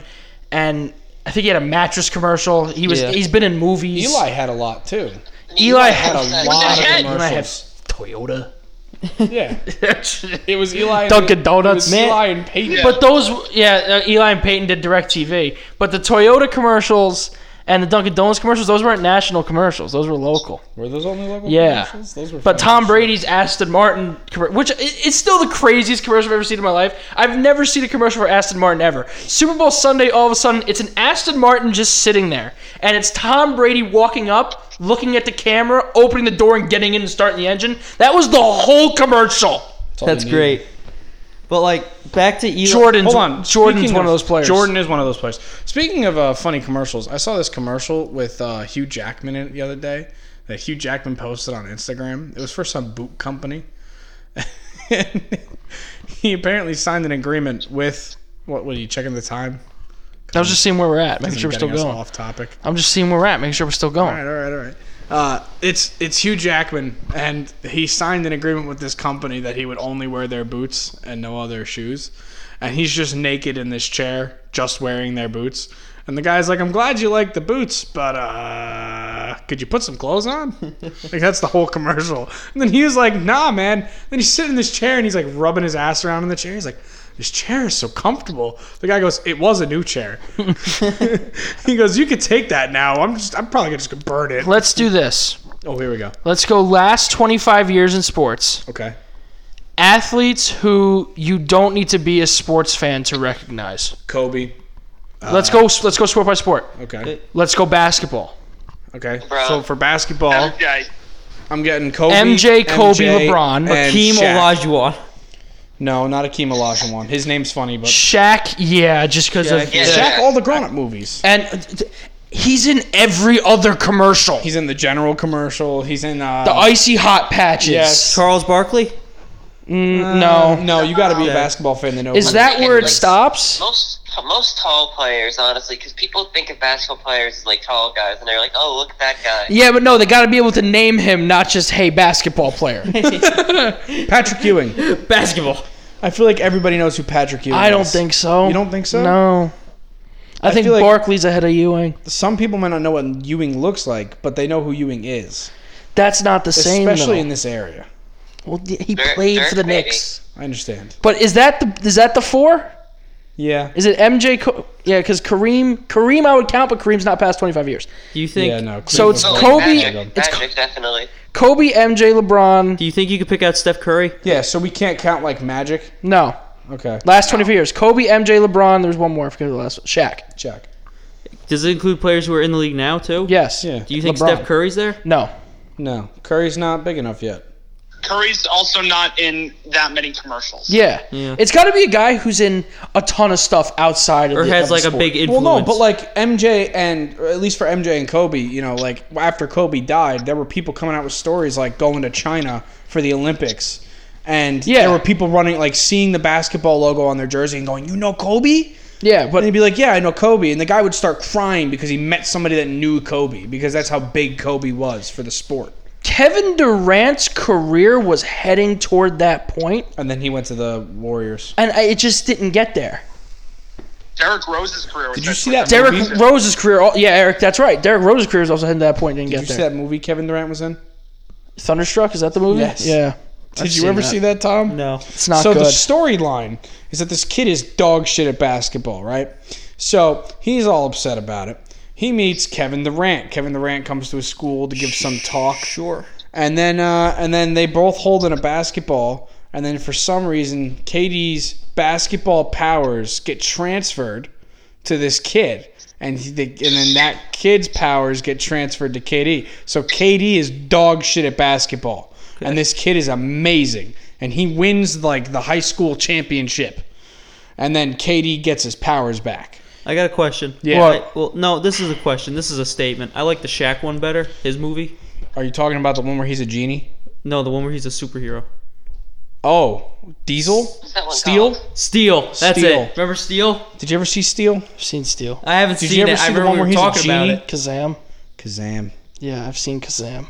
and I think he had a mattress commercial. He was Yeah. he's been in movies. Eli had a lot too. Eli had had a a lot lot of of commercials. commercials. Toyota. Yeah, <laughs> it was Eli. Dunkin' and, Donuts. It was Man. Eli and Peyton. Yeah. But those, yeah, uh, Eli and Peyton did direct TV. But the Toyota commercials and the Dunkin' Donuts commercials, those weren't national commercials. Those were local. were those only local Yeah. commercials? Those were. But fun. Tom Brady's Aston Martin, commer- which i- it's still the craziest commercial I've ever seen in my life. I've never seen a commercial for Aston Martin ever. Super Bowl Sunday, all of a sudden, it's an Aston Martin just sitting there, and it's Tom Brady walking up, looking at the camera, opening the door, and getting in and starting the engine. That was the whole commercial. all That's they great. But like back to Eli. Jordan's, Hold on, Jordan's Speaking one of those players. Jordan is one of those players. Speaking of uh, funny commercials, I saw this commercial with uh, Hugh Jackman in it the other day that Hugh Jackman posted on Instagram. It was for some boot company, <laughs> and he apparently signed an agreement with. What were you checking the time? I was just seeing where we're at, making sure we're still Getting us going. Off topic. I'm just seeing where we're at, making sure we're still going. All right, all right, all right. Uh, it's it's Hugh Jackman, and he signed an agreement with this company that he would only wear their boots and no other shoes, and he's just naked in this chair, just wearing their boots. And the guy's like, "I'm glad you like the boots, but uh, could you put some clothes on?" <laughs> like that's the whole commercial. And then he was like, "Nah, man." Then he's sitting in this chair and he's like rubbing his ass around in the chair. He's like. This chair is so comfortable. The guy goes, "It was a <laughs> new chair." <laughs> he goes, "You could take that now. I'm just, I'm probably just gonna burn it." Let's do this. Oh, here we go. Let's go last 25 years in sports. Okay. athletes who you don't need to be a sports fan to recognize. Kobe. let's go. Let's go sport by sport. Okay. Let's go basketball. Okay. Bro. So for basketball, Yeah, I'm getting Kobe, MJ, Kobe, LeBron, and Hakeem Shaq. Olajuwon. No, not Akeem Olajuwon. His name's funny, but Shaq, yeah, just because of Shaq, yeah. Shaq. Shaq all the grown-up movies. and He's in every other commercial. He's in the general commercial. He's in uh, the icy hot patches. Yes. Uh, <laughs> Charles Barkley? Mm, no. No, you got to be Yeah. a basketball fan to know. Is who- that where it Like- stops? Most most tall players, honestly, because people think of basketball players as like tall guys, and they're like, "Oh, look at that guy." Yeah, but no, they got to be able to name him, not just hey basketball player. Patrick Ewing? Basketball. I feel like everybody knows who Patrick Ewing. I don't is. think so. You don't think so? No. I, think feel like- Barkley's ahead of Ewing. Some people might not know what Ewing looks like, but they know who Ewing is, That's not the same. especially though. in this area. Well, d- he Dirk- played for the Dirk maybe. Knicks. I understand. But is that the is that the four? Yeah. Is it MJ? Co- yeah, because Kareem Kareem I would count, but Kareem's not past twenty five years. Do you think yeah. No. So it's But, Cleveland's like, Kobe- not Oh, Magic, it's Magic, definitely. Kobe, MJ, LeBron. do you think you could pick out Steph Curry? Yeah. So we can't count like Magic. No, Okay. last twenty five years. Kobe, MJ, LeBron. There's one more. I forget the last one. Shaq. Check. Does it include players who are in the league now too? Yes. Yeah. Do you think LeBron. Steph Curry's there? No. No. Curry's not big enough yet. Curry's also not in that many commercials. Yeah. Yeah. It's got to be a guy who's in a ton of stuff outside of Or the, of has the like a sport. big Well, influence? no, but like MJ and or at least for MJ and Kobe, you know, like after Kobe died, there were people coming out with stories like going to China for the Olympics, and Yeah. there were people running like seeing the basketball logo on their jersey and going, "You know Kobe?" Yeah, And but they'd be like, "Yeah, I know Kobe," and the guy would start crying because he met somebody that knew Kobe because that's how big Kobe was for the sport. Kevin Durant's career was heading toward that point, And then he went to the Warriors. and I, it just didn't get there. Derrick Rose's career. Was Did you see basically- that Derrick movie? Did Rose's career, al- yeah, Eric, that's right. Derrick Rose's career was also heading to that point, and you didn't see get there. that movie Kevin Durant was in? Thunderstruck is that the movie? Yes. Yeah. Did you ever see that, Tom? no. It's not so good. the storyline is that this kid is dog shit at basketball, right? So he's all upset about it. He meets Kevin Durant. Kevin Durant comes to his school to give some talk. Sure. And then uh, and then they both hold in a basketball. And then for some reason, Katie's basketball powers get transferred to this kid. And, he, they, and then that kid's powers get transferred to KD. So KD is dog shit at basketball. And this kid is amazing. And he wins like the high school championship. And then KD gets his powers back. I got a question. Yeah. Well, I- well, no, this is a question. This is a statement. I like the Shaq one better. His movie. Are you talking about the one where he's a genie? No, the one where he's a superhero. Oh, Diesel? What's that one Steel? called? Steel. That's Steel. it. Remember Steel? Did you ever see Steel? I've seen Steel, I haven't Did you seen ever it. I see the remember one where we were he's a talking about genie? it. Kazam. Kazam. Yeah, I've seen Kazam.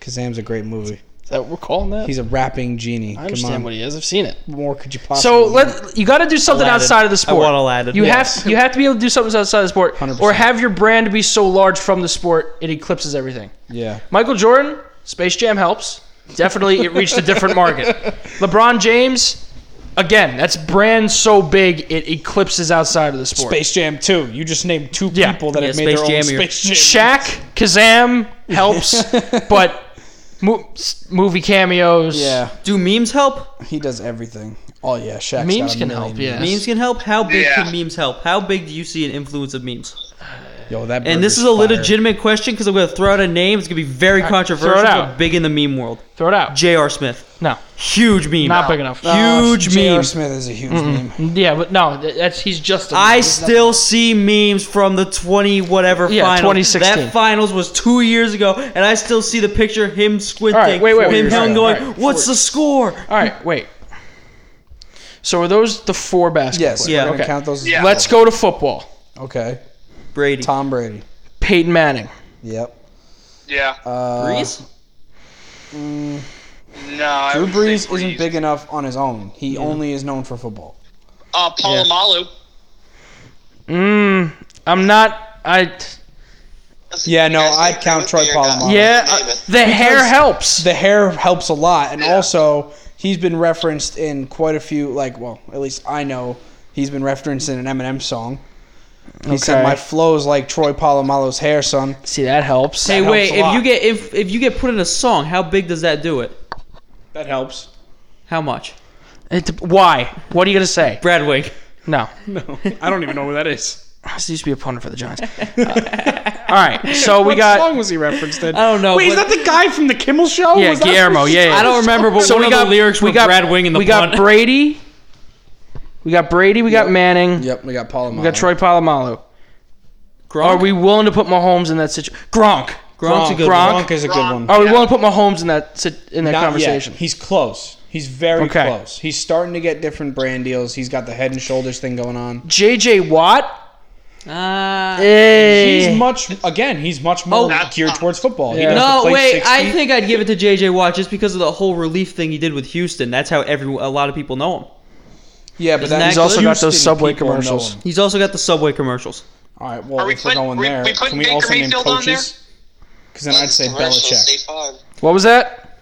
Kazam's a great movie. Is that what we're calling that? He's a rapping genie. I understand what he is. I've seen it. what more could you possibly So let you got to do something Aladdin. outside of the sport. I want Aladdin. You Yes. have you have to be able to do something outside of the sport, 100%. or have your brand be so large from the sport it eclipses everything. Yeah. Michael Jordan, Space Jam helps. Definitely, it reached a different market. <laughs> LeBron James, again, that's brand so big it eclipses outside of the sport. Space Jam 2. You just named two Yeah. people that Yeah, have made Space their own Jam-ier. Space Jam. Shaq, Kazam helps, <laughs> but mo- s- movie cameos. Yeah, Do memes help? he does everything. Oh yeah, Shaq's Memes got a can million help, yeah. memes. Memes can help. How big Yeah. can memes help? How big do you see an influence of memes? Yo, that And this burger's is a fire. legitimate question because I'm going to throw out a name. It's going to be very controversial, out. but big in the meme world. Throw it out. J.R. Smith. No, Huge meme. not big enough. Huge J.R. meme. Uh, Smith is a huge meme. Yeah, but no, th- that's he's just. a I still see memes from the 20 whatever Yeah, finals. 2016. That finals was two years ago, and I still see the picture him squinting, All right, wait, wait, wait, him wait, him wait, going, all right, "What's the score?" All right, wait. So are those the four basketball? Yes, players? Yeah. yeah. Okay. Count those. as Yeah. well. Let's go to football. Okay, Brady, Tom Brady. Peyton Manning. Yep. Yeah. Uh, Breeze, no. I Drew would say Brees isn't big enough on his own. He only is known for football. Uh, Paul Amalu. Mm, I'm not. I. Yeah, no, You guys I'd think count Kaepernick Troy or not? Polamalu. Yeah, uh, the hair helps. The hair helps a lot, and Yeah. also he's been referenced in quite a few. Like, well, at least I know he's been referenced in an Eminem song. He said, Okay. "My flow's like Troy Polamalu's hair, son." See, that helps. Hey, helps wait. a If lot. you get if if you get put in a song, how big does that do it? That helps. How much? It, why? What are you gonna say? Bradwick. <laughs> No, No, I don't even know who that <laughs> is. this used to be a punter for the Giants. Uh, all right, so we what got. song was he referenced in? I don't know. Wait, is but- that the guy from the Kimmel Show? Yeah, Was that- Guillermo. Yeah, yeah. I don't remember, but So one we of got the lyrics we with got Brad Wing and the We got punt. Brady. We got Brady. We got Yep. Manning. Yep, we got Paul. We got Troy Polamalu. Gronk. Are we willing to put Mahomes in that situation? Gronk. Gronk's a good Gronk. one. Gronk. is a good one. Are we willing to put Mahomes in that sit- in that Not conversation? Yet. He's close. He's very Okay. close. He's starting to get different brand deals. He's got the head and shoulders thing going on. JJ Watt. Uh, Eh. He's much again. He's much more Oh. geared towards football. He Yeah. doesn't No, play wait. 60. I think I'd give it to JJ Watt just because of the whole relief thing he did with Houston. That's how every a lot of people know him. yeah, but Isn't that's that He's also got those Houston Subway people know commercials. him. He's also got the Subway commercials. All right, well, Are we if we're putting- going we- there, we putting can we Baker also name Mayfield on there? coaches? Because then I'd say Commercial, Belichick. State Farm. What was that?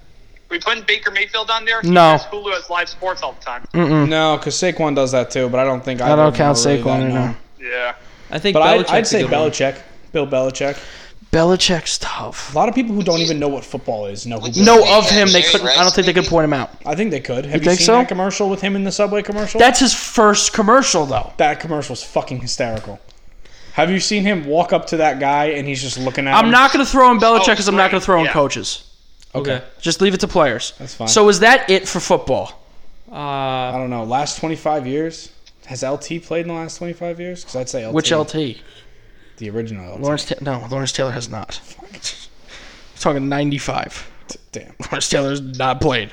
We putting Baker Mayfield on there? No. Because Hulu has live sports all the time. No, because Saquon does that too, but I don't think I, Hmm. I don't count Saquon Really in that, no. there. Yeah. I think. But I'd, Belichick's I'd a say good one. Belichick, Bill Belichick. Belichick's tough. A lot of people who don't even know what football is know who. Bill- Know of him, they couldn't. I don't think they could point him out. I think they could. Have you, think seen so? that commercial with him in the subway commercial? That's his first commercial, though. that commercial's fucking hysterical. Have you seen him walk up to that guy and he's just looking at him? I'm not going to throw in Belichick Oh, because I'm not going right, to throw in yeah. coaches. Okay. Just leave it to players. That's fine. So is that it for football? I Uh, don't know. Last 25 years? Has LT played in the last 25 years? Because I'd say LT. Which LT? The original LT. Lawrence? Ta- no, Lawrence Taylor has not. We're talking 95. Damn. <laughs> Lawrence Taylor's not played.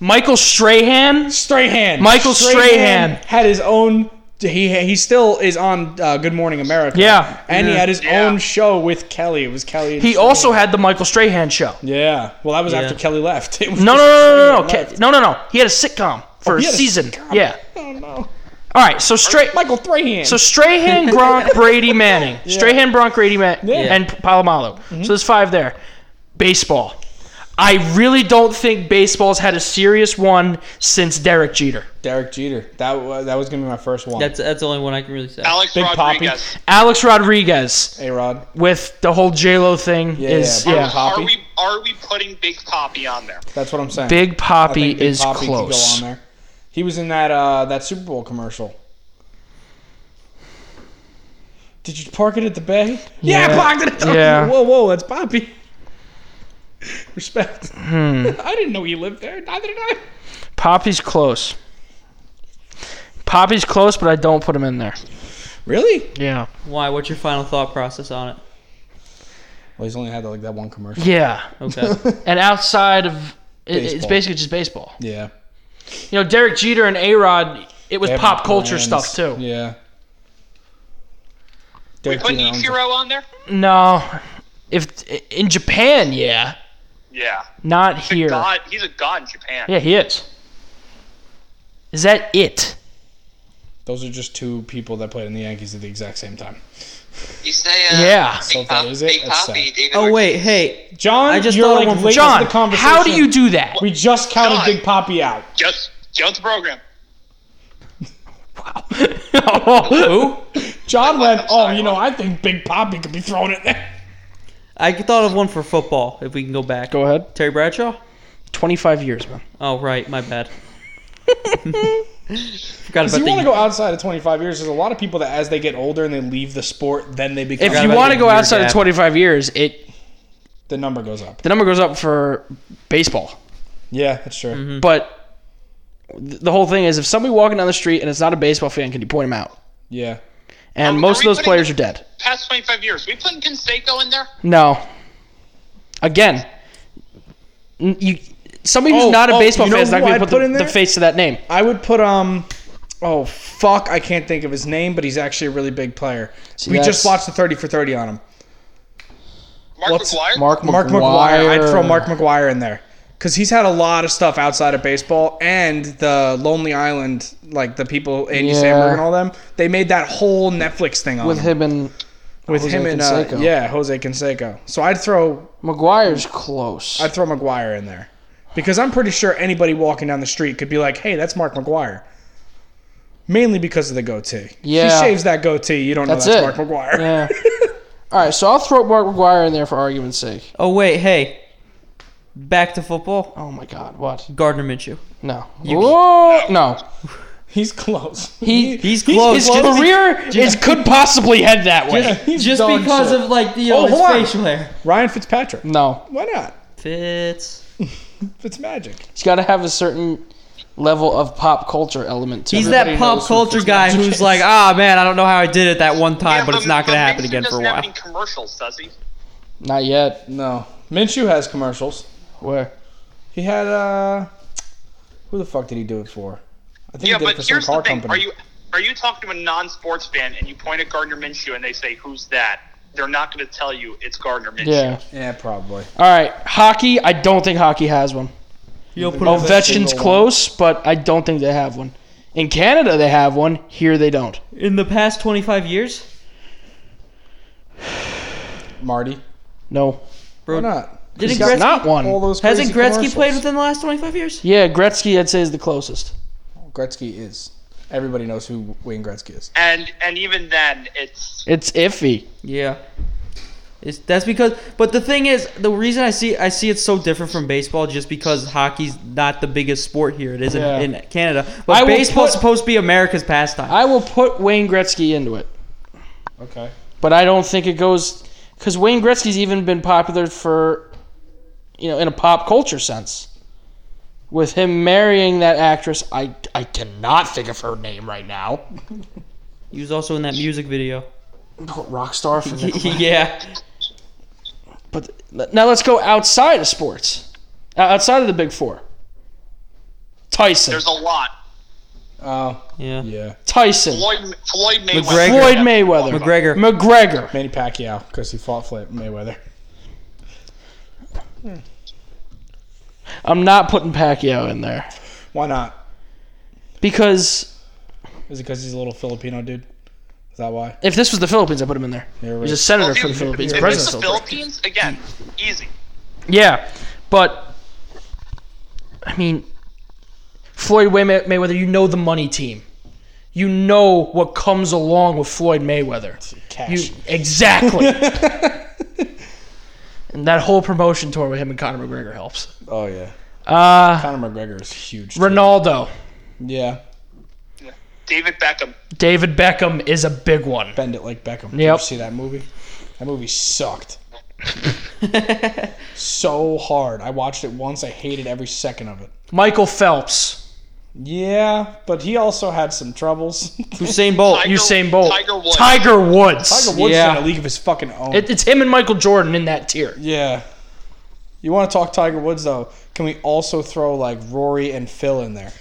Michael Strahan. Strahan. Michael Strahan. had his own. He he still is on uh, Good Morning America. Yeah. and he Yeah. had his Yeah. own show with Kelly. It was Kelly. and He Strahan. also had the Michael Strahan show. Yeah. Well, that was Yeah. after Kelly left. <laughs> It was No, no, no, just no, no, no, Strahan Oh, Ke- no, no, no. He had a sitcom for a he had a season. sitcom. Yeah. left. Oh, no. All right. So straight. Michael Strahan. So <laughs> Strahan, Gronk, Brady, Manning. Strahan, Gronk, Brady, Manning, Yeah. Mm-hmm. and Palomalu. So there's five there. Baseball. I really don't think baseball's had a serious one since Derek Jeter. Derek Jeter. That was, that was gonna be my first one. that's that's the only one I can really say. Alex Big Poppy. Rodriguez. Alex Rodriguez A Rod. with the whole J Lo thing Yeah, is yeah, yeah. Big Are, are Poppy. we are we putting Big Poppy on there? That's what I'm saying. Big I Poppy think Big is Poppy could close. Go on there. He was in that uh, that Super Bowl commercial. Did you park it at the bay? Yeah, I Yeah. parked it at the bay. Yeah. Whoa, whoa, that's Poppy. <laughs> Respect. <laughs> I didn't know he lived there. Neither did I. Poppy's close. Poppy's close, but I don't put him in there. Really? Yeah. Why? What's your final thought process on it? Well, he's only had like that <laughs> one commercial. Yeah. <laughs> Okay. And outside of it, it's Baseball. basically just baseball. Yeah. You know, Derek Jeter and A Rod, it was They have pop culture brands. stuff too. Yeah. We Derek putting Jeter owns it. Ichiro on there? No, if in Japan, yeah, Yeah. not He's here. A god, he's a god in Japan. Yeah, he is. Is that it? Those are just two people that played in the Yankees at the exact same time. You say uh, Yeah. Big, So if that Pop- is it, Big that's uh, Poppy, sad. David Oh Ortiz. wait, hey, John, I just you're thought like it was- late to John, the conversation. how do you do that? We just counted John. Big Poppy out. Just get out the program. Wow. <laughs> Who? John Like, went, I'm oh, sorry, you know, what?" I think Big Poppy could be thrown in there. I thought of one for football. If we can go back, Go ahead. Terry Bradshaw. Twenty-five years, man. Oh right, <laughs> my bad. Forgot If about you want to the. go outside of 25 years, there's a lot of people that as they get older and they leave the sport, then they become. If you about want to the go year outside gap. of twenty-five years, it the number goes up. the number goes up for baseball. Yeah, that's true. Mm-hmm. But th- the whole thing is, if somebody walking down the street and it's not a baseball fan, can you point him out? Yeah. And Are- most are of we those putting- players are dead. Past 25 years. We putting Conseco in there? No. Again, n- you somebody who's Oh, not a oh, baseball you know fan is not who going I'd to put, put the, in the there? face to that name. I would put, um, oh, fuck, I can't think of his name, but he's actually a really big player. we that's- just watched the 30 for 30 on him. Mark What's- McGuire? Mark McGuire. I'd throw Mark McGuire in there. Because he's had a lot of stuff outside of baseball and the Lonely Island, like the people, Andy Yeah. Samberg and all them. They made that whole Netflix thing on with him. him and with Jose him and uh, Canseco. yeah, Jose Canseco. So I'd throw McGuire's close. I'd throw McGuire in there because I'm pretty sure anybody walking down the street could be like, "Hey, that's Mark McGuire." Mainly because of the goatee. Yeah. he shaves that goatee. You don't That's know that's it. Mark McGuire. yeah. All right, so I'll throw Mark McGuire in there for argument's sake. Oh wait, hey, back to football. Oh my God, what? Gardner Minshew. No. Whoa, no. <laughs> he's close. He He's close. his career is could possibly head that way. <laughs> He's just dog because shit. of like the Oh, oh, his hold on. facial hair. Ryan Fitzpatrick. No, Why not? Fitz. It's magic. he's got to have a certain level of pop culture element to He's it. that Everybody pop knows who culture Fitz guy Magic who's is. like, ah, man, I don't know how I did it that one time, but it's not going to happen again for a Have while. any commercials, does he? not yet. No. Minshew has commercials. Where? He had uh who the fuck did he do it for? I think Yeah, he did it but for some here's car the thing: company. are you are you talking to a non-sports fan and you point at Gardner Minshew and they say, "Who's that?" They're not going to tell you it's Gardner Minshew. Yeah. yeah, probably. All right. Hockey. I don't think hockey has one. You'll put Ovechkin's single one. close, but I don't think they have one. In Canada, they have one. Here, they don't. in the past 25 years? Marty. No, Bro, Why not? Didn't There's Gretzky, not All one. those hasn't crazy Gretzky played commercials. within the last 25 years? Yeah, Gretzky, I'd say, is the closest. Gretzky is. Everybody knows who Wayne Gretzky is. And and even then, it's It's iffy. Yeah. It's, that's because, but the thing is, the reason I see I see it so different from baseball, just because hockey's not the biggest sport here. It is in- Yeah. in, Canada, I but will baseball's put- supposed to be America's pastime. I will put Wayne Gretzky into it, Okay. but I don't think it goes because Wayne Gretzky's even been popular for, you know, in a pop culture sense. With him marrying that actress, I I cannot think of her name right now. he was also in that music video. <laughs> Oh, Rock star for Nickelback. yeah, But now let's go outside of sports, O- outside of the big four. Tyson, there's a lot. Oh, yeah. yeah. Tyson, Floyd Floyd Mayweather. McGregor. Floyd Mayweather, McGregor. McGregor. Manny Pacquiao, because he fought Floyd Mayweather. I'm not putting Pacquiao in there Why not? because Is it because he's a little Filipino dude? Is that why? if this was the Philippines, I put him in there. You're He's a right. senator Well, for dude, the Philippines, if president it's of the the Philippines. Philippines again, easy. Yeah, but I mean, Floyd Way- May- Mayweather. You know the money team. You know what comes along with Floyd Mayweather. Cash. You <laughs> exactly. and that whole promotion tour with him and Conor McGregor helps. oh, yeah. Uh, Conor McGregor is huge. too. Ronaldo, Yeah. David Beckham. David Beckham is a big one. Bend it like Beckham. Did You Yep. ever see that movie? That <laughs> movie sucked. so hard. I watched it once. I hated every second of it. Michael Phelps, Yeah, but he also had some troubles. <laughs> Usain Bolt. Tiger- Usain Bolt, Tiger Woods. Tiger Woods. Tiger Woods Yeah. in a league of his fucking own. It- it's him and Michael Jordan in that tier. yeah. You want to talk Tiger Woods though? Can we also throw like Rory and Phil in there?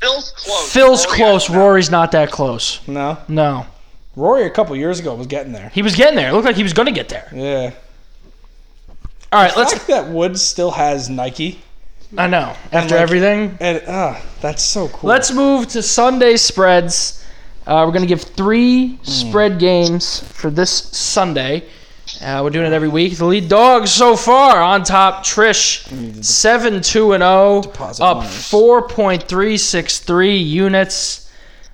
Phil's close. Oh, Phil's Rory, close. I don't know. Rory's not that close. No. No. Rory a couple years ago was getting there. He was getting there. It looked like he was going to get there. Yeah. All right, let's. Let's fact that Woods still has Nike, I know. After like- everything, and ah, that's so cool. let's move to Sunday spreads. Uh, we're going to give three spread games for this Sunday. Uh, we're doing it every week. The lead dogs so far on top. Trish, seven two and zero, Deposit up winners. four point three six three units.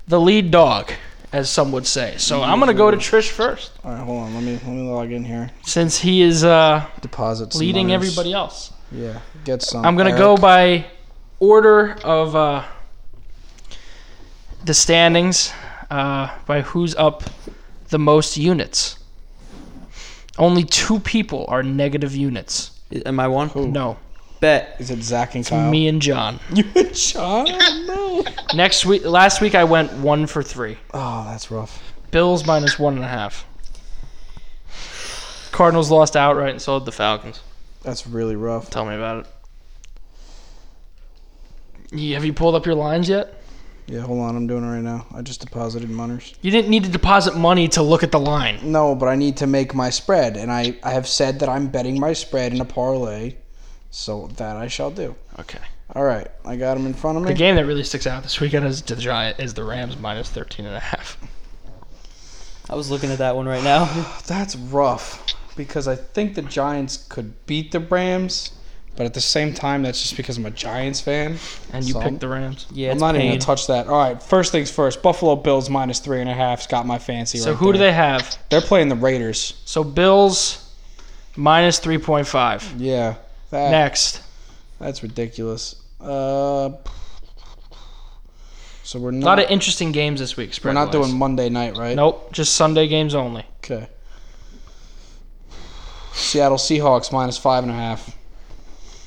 The lead dog, as some would say. So I'm going to go to Trish first, All right, hold on. Let me let me log in here. since he is uh, Deposits. leading everybody else. Yeah, get some. I'm gonna Eric. go by order of uh, the standings uh, by who's up the most units. Only two people are negative units. Am I one? No, Bet. Is it Zach and Kyle? <laughs> me and John. You and Sean? No. Next week, last week I went one for three. Oh, that's rough. Bills minus one and a half. Cardinals lost outright and so did the Falcons. That's really rough. Tell me about it. You, have you pulled up your lines yet? Yeah, hold on. I'm doing it right now. I just deposited Munners. You didn't need to deposit money to look at the line. No, but I need to make my spread, and I, I have said that I'm betting my spread in a parlay, so that I shall do. Okay. All right, I got him in front of The me. game that really sticks out this weekend is the Giant is the Rams minus 13 and a half. I was looking at that one right now. <laughs> That's rough because I think the Giants could beat the Rams, but at the same time, that's just because I'm a Giants fan. And you So- picked the Rams. Yeah, I'm it's not even pain. gonna touch that. All right, first things first. Buffalo Bills minus three and a half's got my fancy. So right who do there. they have? They're playing the Raiders. So Bills minus 3.5. Yeah, that, Next. that's ridiculous. Uh, so we're A lot not of interesting games this week. we're Spread not doing Monday night, right? Nope, just Sunday games only. Okay. Seattle Seahawks minus five and a half.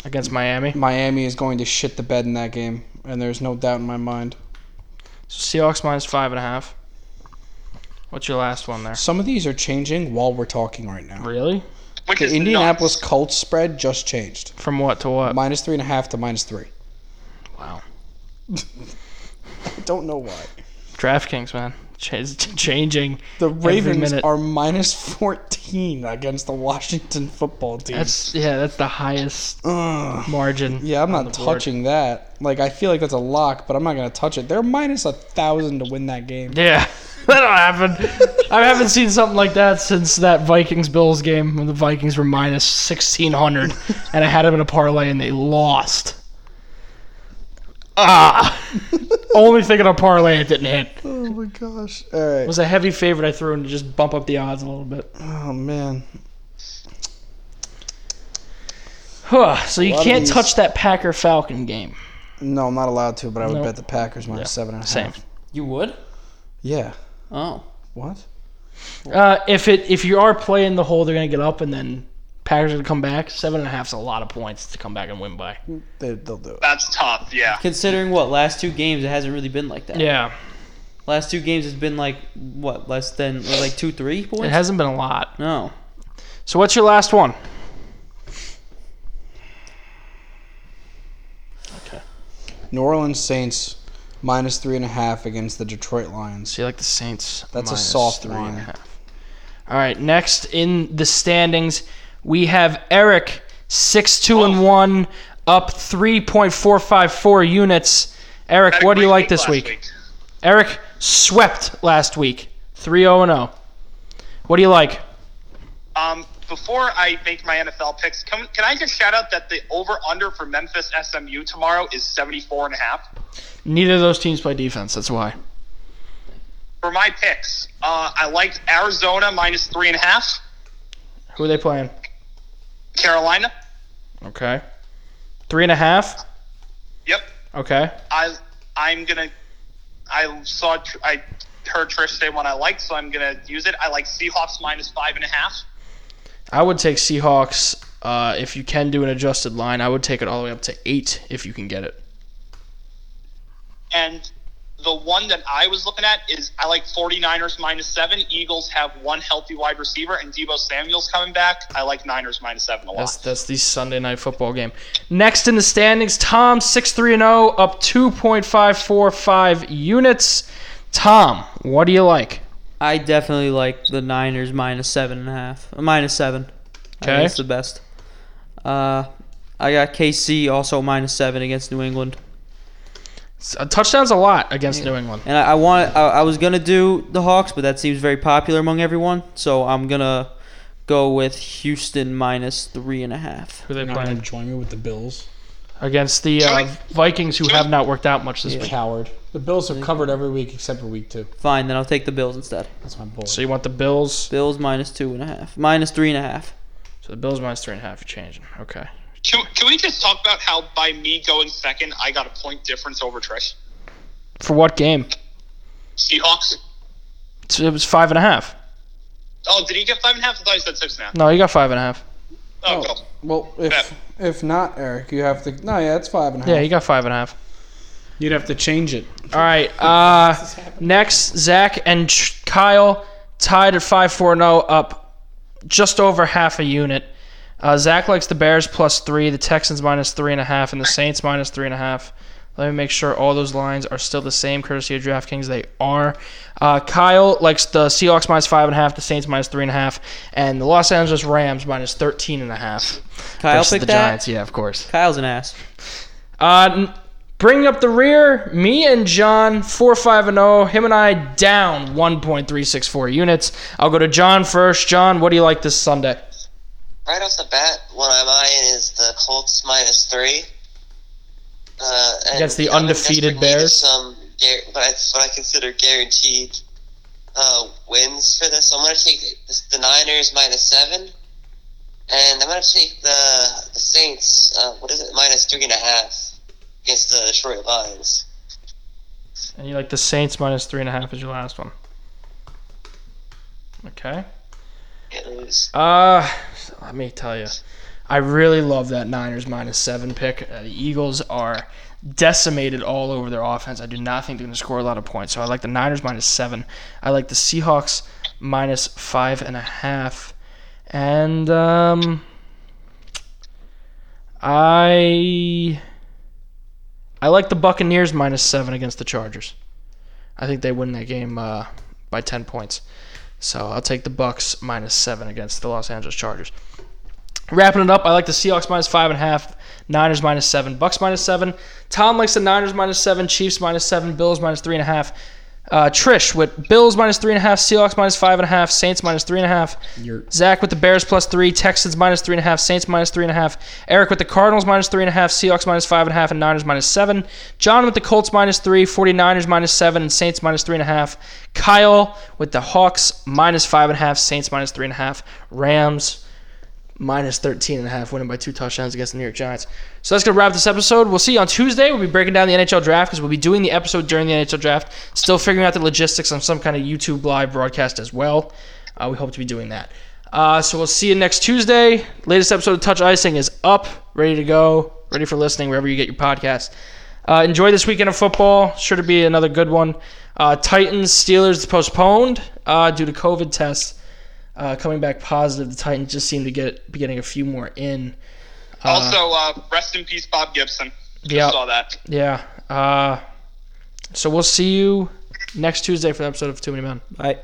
against Miami. Miami is going to shit the bed in that game, and there's no doubt in my mind. So Seahawks minus five and a half. What's your last one there? Some of these are changing while we're talking right now. Really? Which The is Indianapolis Colts spread just changed. From what to what? Minus three and a half to minus three. wow. I don't know why. DraftKings, man. <laughs> Ch- changing. The Ravens minute. are minus 14 against the Washington football team. That's yeah. That's the highest Ugh. margin. Yeah, I'm on not the board. touching that. Like, I feel like that's a lock, but I'm not going to touch it. They're minus a thousand to win that game. Yeah, <laughs> that'll happen. I haven't seen something like that since that Vikings Bills game when the Vikings were minus <laughs> sixteen hundred, and I had them in a parlay and they lost. Ah, <laughs> <laughs> only thing in a parlay it didn't hit. It Oh my gosh! All right. was a heavy favorite I threw in to just bump up the odds a little bit. <sighs> Oh man. Huh, so you lot of can't these- touch that Packer Falcon game. No, I'm not allowed to, but I would Nope. bet the Packers minus seven and a half. Same. You would? Yeah. Oh. What? Uh, if it if you are playing the hole, they're gonna get up and then. Packers are gonna come back. Seven and a half's a lot of points to come back and win by. They, they'll do it. That's tough. Yeah. Considering what last two games, it hasn't really been like that. Yeah, Last two games, it's been like what less than like two, three it points. hasn't been a lot. no. So what's your last one? New Orleans Saints minus three and a half against the Detroit Lions. So you like the Saints? That's a minus soft three and a line. half. All right. Next in the standings, we have Eric six two and one, up three point four five four units. Eric, Had a what do you great like week this last week? Eric swept last week, 3-0 and zero. What do you like? Um, before I make my NFL picks, can, can I just shout out that the over under for Memphis SMU tomorrow is 74 and a half? Neither of those teams play defense. That's why. For my picks, uh, I liked Arizona minus three and a half, Who are they playing? Carolina. Okay. Three and a half. Yep. Okay. I I'm gonna. I saw Tr- I heard Trish say one I liked, so I'm gonna use it. I like Seahawks minus five and a half. I would take Seahawks uh, if you can do an adjusted line. I would take it all the way up to eight if you can get it. And the one that I was looking at is I like 49ers minus seven. Eagles have one healthy wide receiver, and Debo Samuel's coming back. I like Niners minus seven a lot. That's that's the Sunday night football game. Next in the standings, Tom six three and zero up two point five four five units. Tom, what do you like? I definitely like the Niners minus seven and a half. uh, Minus seven. I think Okay. it's the best. Uh, I got KC also minus seven against New England, S- A touchdown's a lot against New England. and I, I want I, I was gonna do the Hawks, but that seems very popular among everyone, so I'm gonna go with Houston minus three and a half. Who they Not gonna playing join me with the Bills. against the uh, Vikings, who have not worked out much this week. Coward. The Bills have covered every week except for week two. Fine, then I'll take the Bills instead. That's my bull. So you want the Bills? Bills minus two and a half, minus three and a half. So the Bills minus three and a half. You're changing. Okay. Can, can we just talk about how by me going second, I got a point difference over Trish? For what game? Seahawks. It's- It was five and a half. Oh, did he get five and a half? I thought he said six now. No, you got five and a half. Oh, cool. Well, if if not, Eric, you have to. No, yeah, it's five and a half. Yeah, you got five and a half. You'd have to change it. All right. Uh, next, Zach and Ch- Kyle tied at 5 4 0, up just over half a unit. Uh, Zach likes the Bears plus three, the Texans minus three and a half, and the Saints minus three and a half. Let me make sure all those lines are still the same, courtesy of DraftKings. They are. Uh, Kyle likes the Seahawks minus five and a half, the Saints minus three and a half, and the Los Angeles Rams minus 13 and a half. Kyle versus picked the that. Giants, yeah, of course. Kyle's an ass. Uh, n- bringing up the rear, me and John, 4 5 and 0. Him and I down 1.364 units. I'll go to John first. John, what do you like this Sunday? Right off the bat, what I'm eyeing is the Colts minus three. Uh, and Against the I'm in undefeated desperate need of Bears? Some, gar- what I, what I consider guaranteed uh, wins for this. I'm going to take the, the Niners minus seven, and I'm going to take the the Saints. Uh, what is it? Minus three and a half against the Detroit Lions. And you like the Saints minus 3.5 is your last one. Okay. It was Uh, let me tell you. I really love that Niners minus seven pick. Uh, the Eagles are decimated all over their offense. I do not think they're going to score a lot of points. So I like the Niners minus seven. I like the Seahawks minus five and a half. And um, I I like the Buccaneers minus seven against the Chargers. I think they win that game uh, by ten points. So I'll take the Bucks minus seven against the Los Angeles Chargers. Wrapping it up, I like the Seahawks minus five and a half, Niners minus seven, Bucks minus seven. Tom likes the Niners minus seven, Chiefs minus seven, Bills minus three and a half. Uh, Trish with Bills minus three and a half, Seahawks minus five and a half, Saints minus three and a half. Zach with the Bears plus three, Texans minus three and a half, Saints minus three and a half. Eric with the Cardinals minus three and a half, Seahawks minus five and a half, and Niners minus seven. John with the Colts minus three, 49ers minus seven, and Saints minus three and a half. Kyle with the Hawks minus five and a half, Saints minus three and a half, Rams minus 13 and a half, winning by two touchdowns against the New York Giants. So that's going to wrap this episode. We'll see you on Tuesday. We'll be breaking down the NHL draft because we'll be doing the episode during the NHL draft, still figuring out the logistics on some kind of YouTube live broadcast as well. Uh, we hope to be doing that. Uh, so we'll see you next Tuesday. Latest episode of Touch Icing is up, ready to go, ready for listening wherever you get your podcast. Uh, enjoy this weekend of football. Sure to be another good one. Uh, Titans Steelers postponed uh, due to COVID tests uh, coming back positive. The Titans just seem to get be getting a few more in. also, uh, rest in peace, Bob Gibson. Just Yeah. saw that. Yeah. Uh, so we'll see you next Tuesday for the episode of Too Many Men. Bye.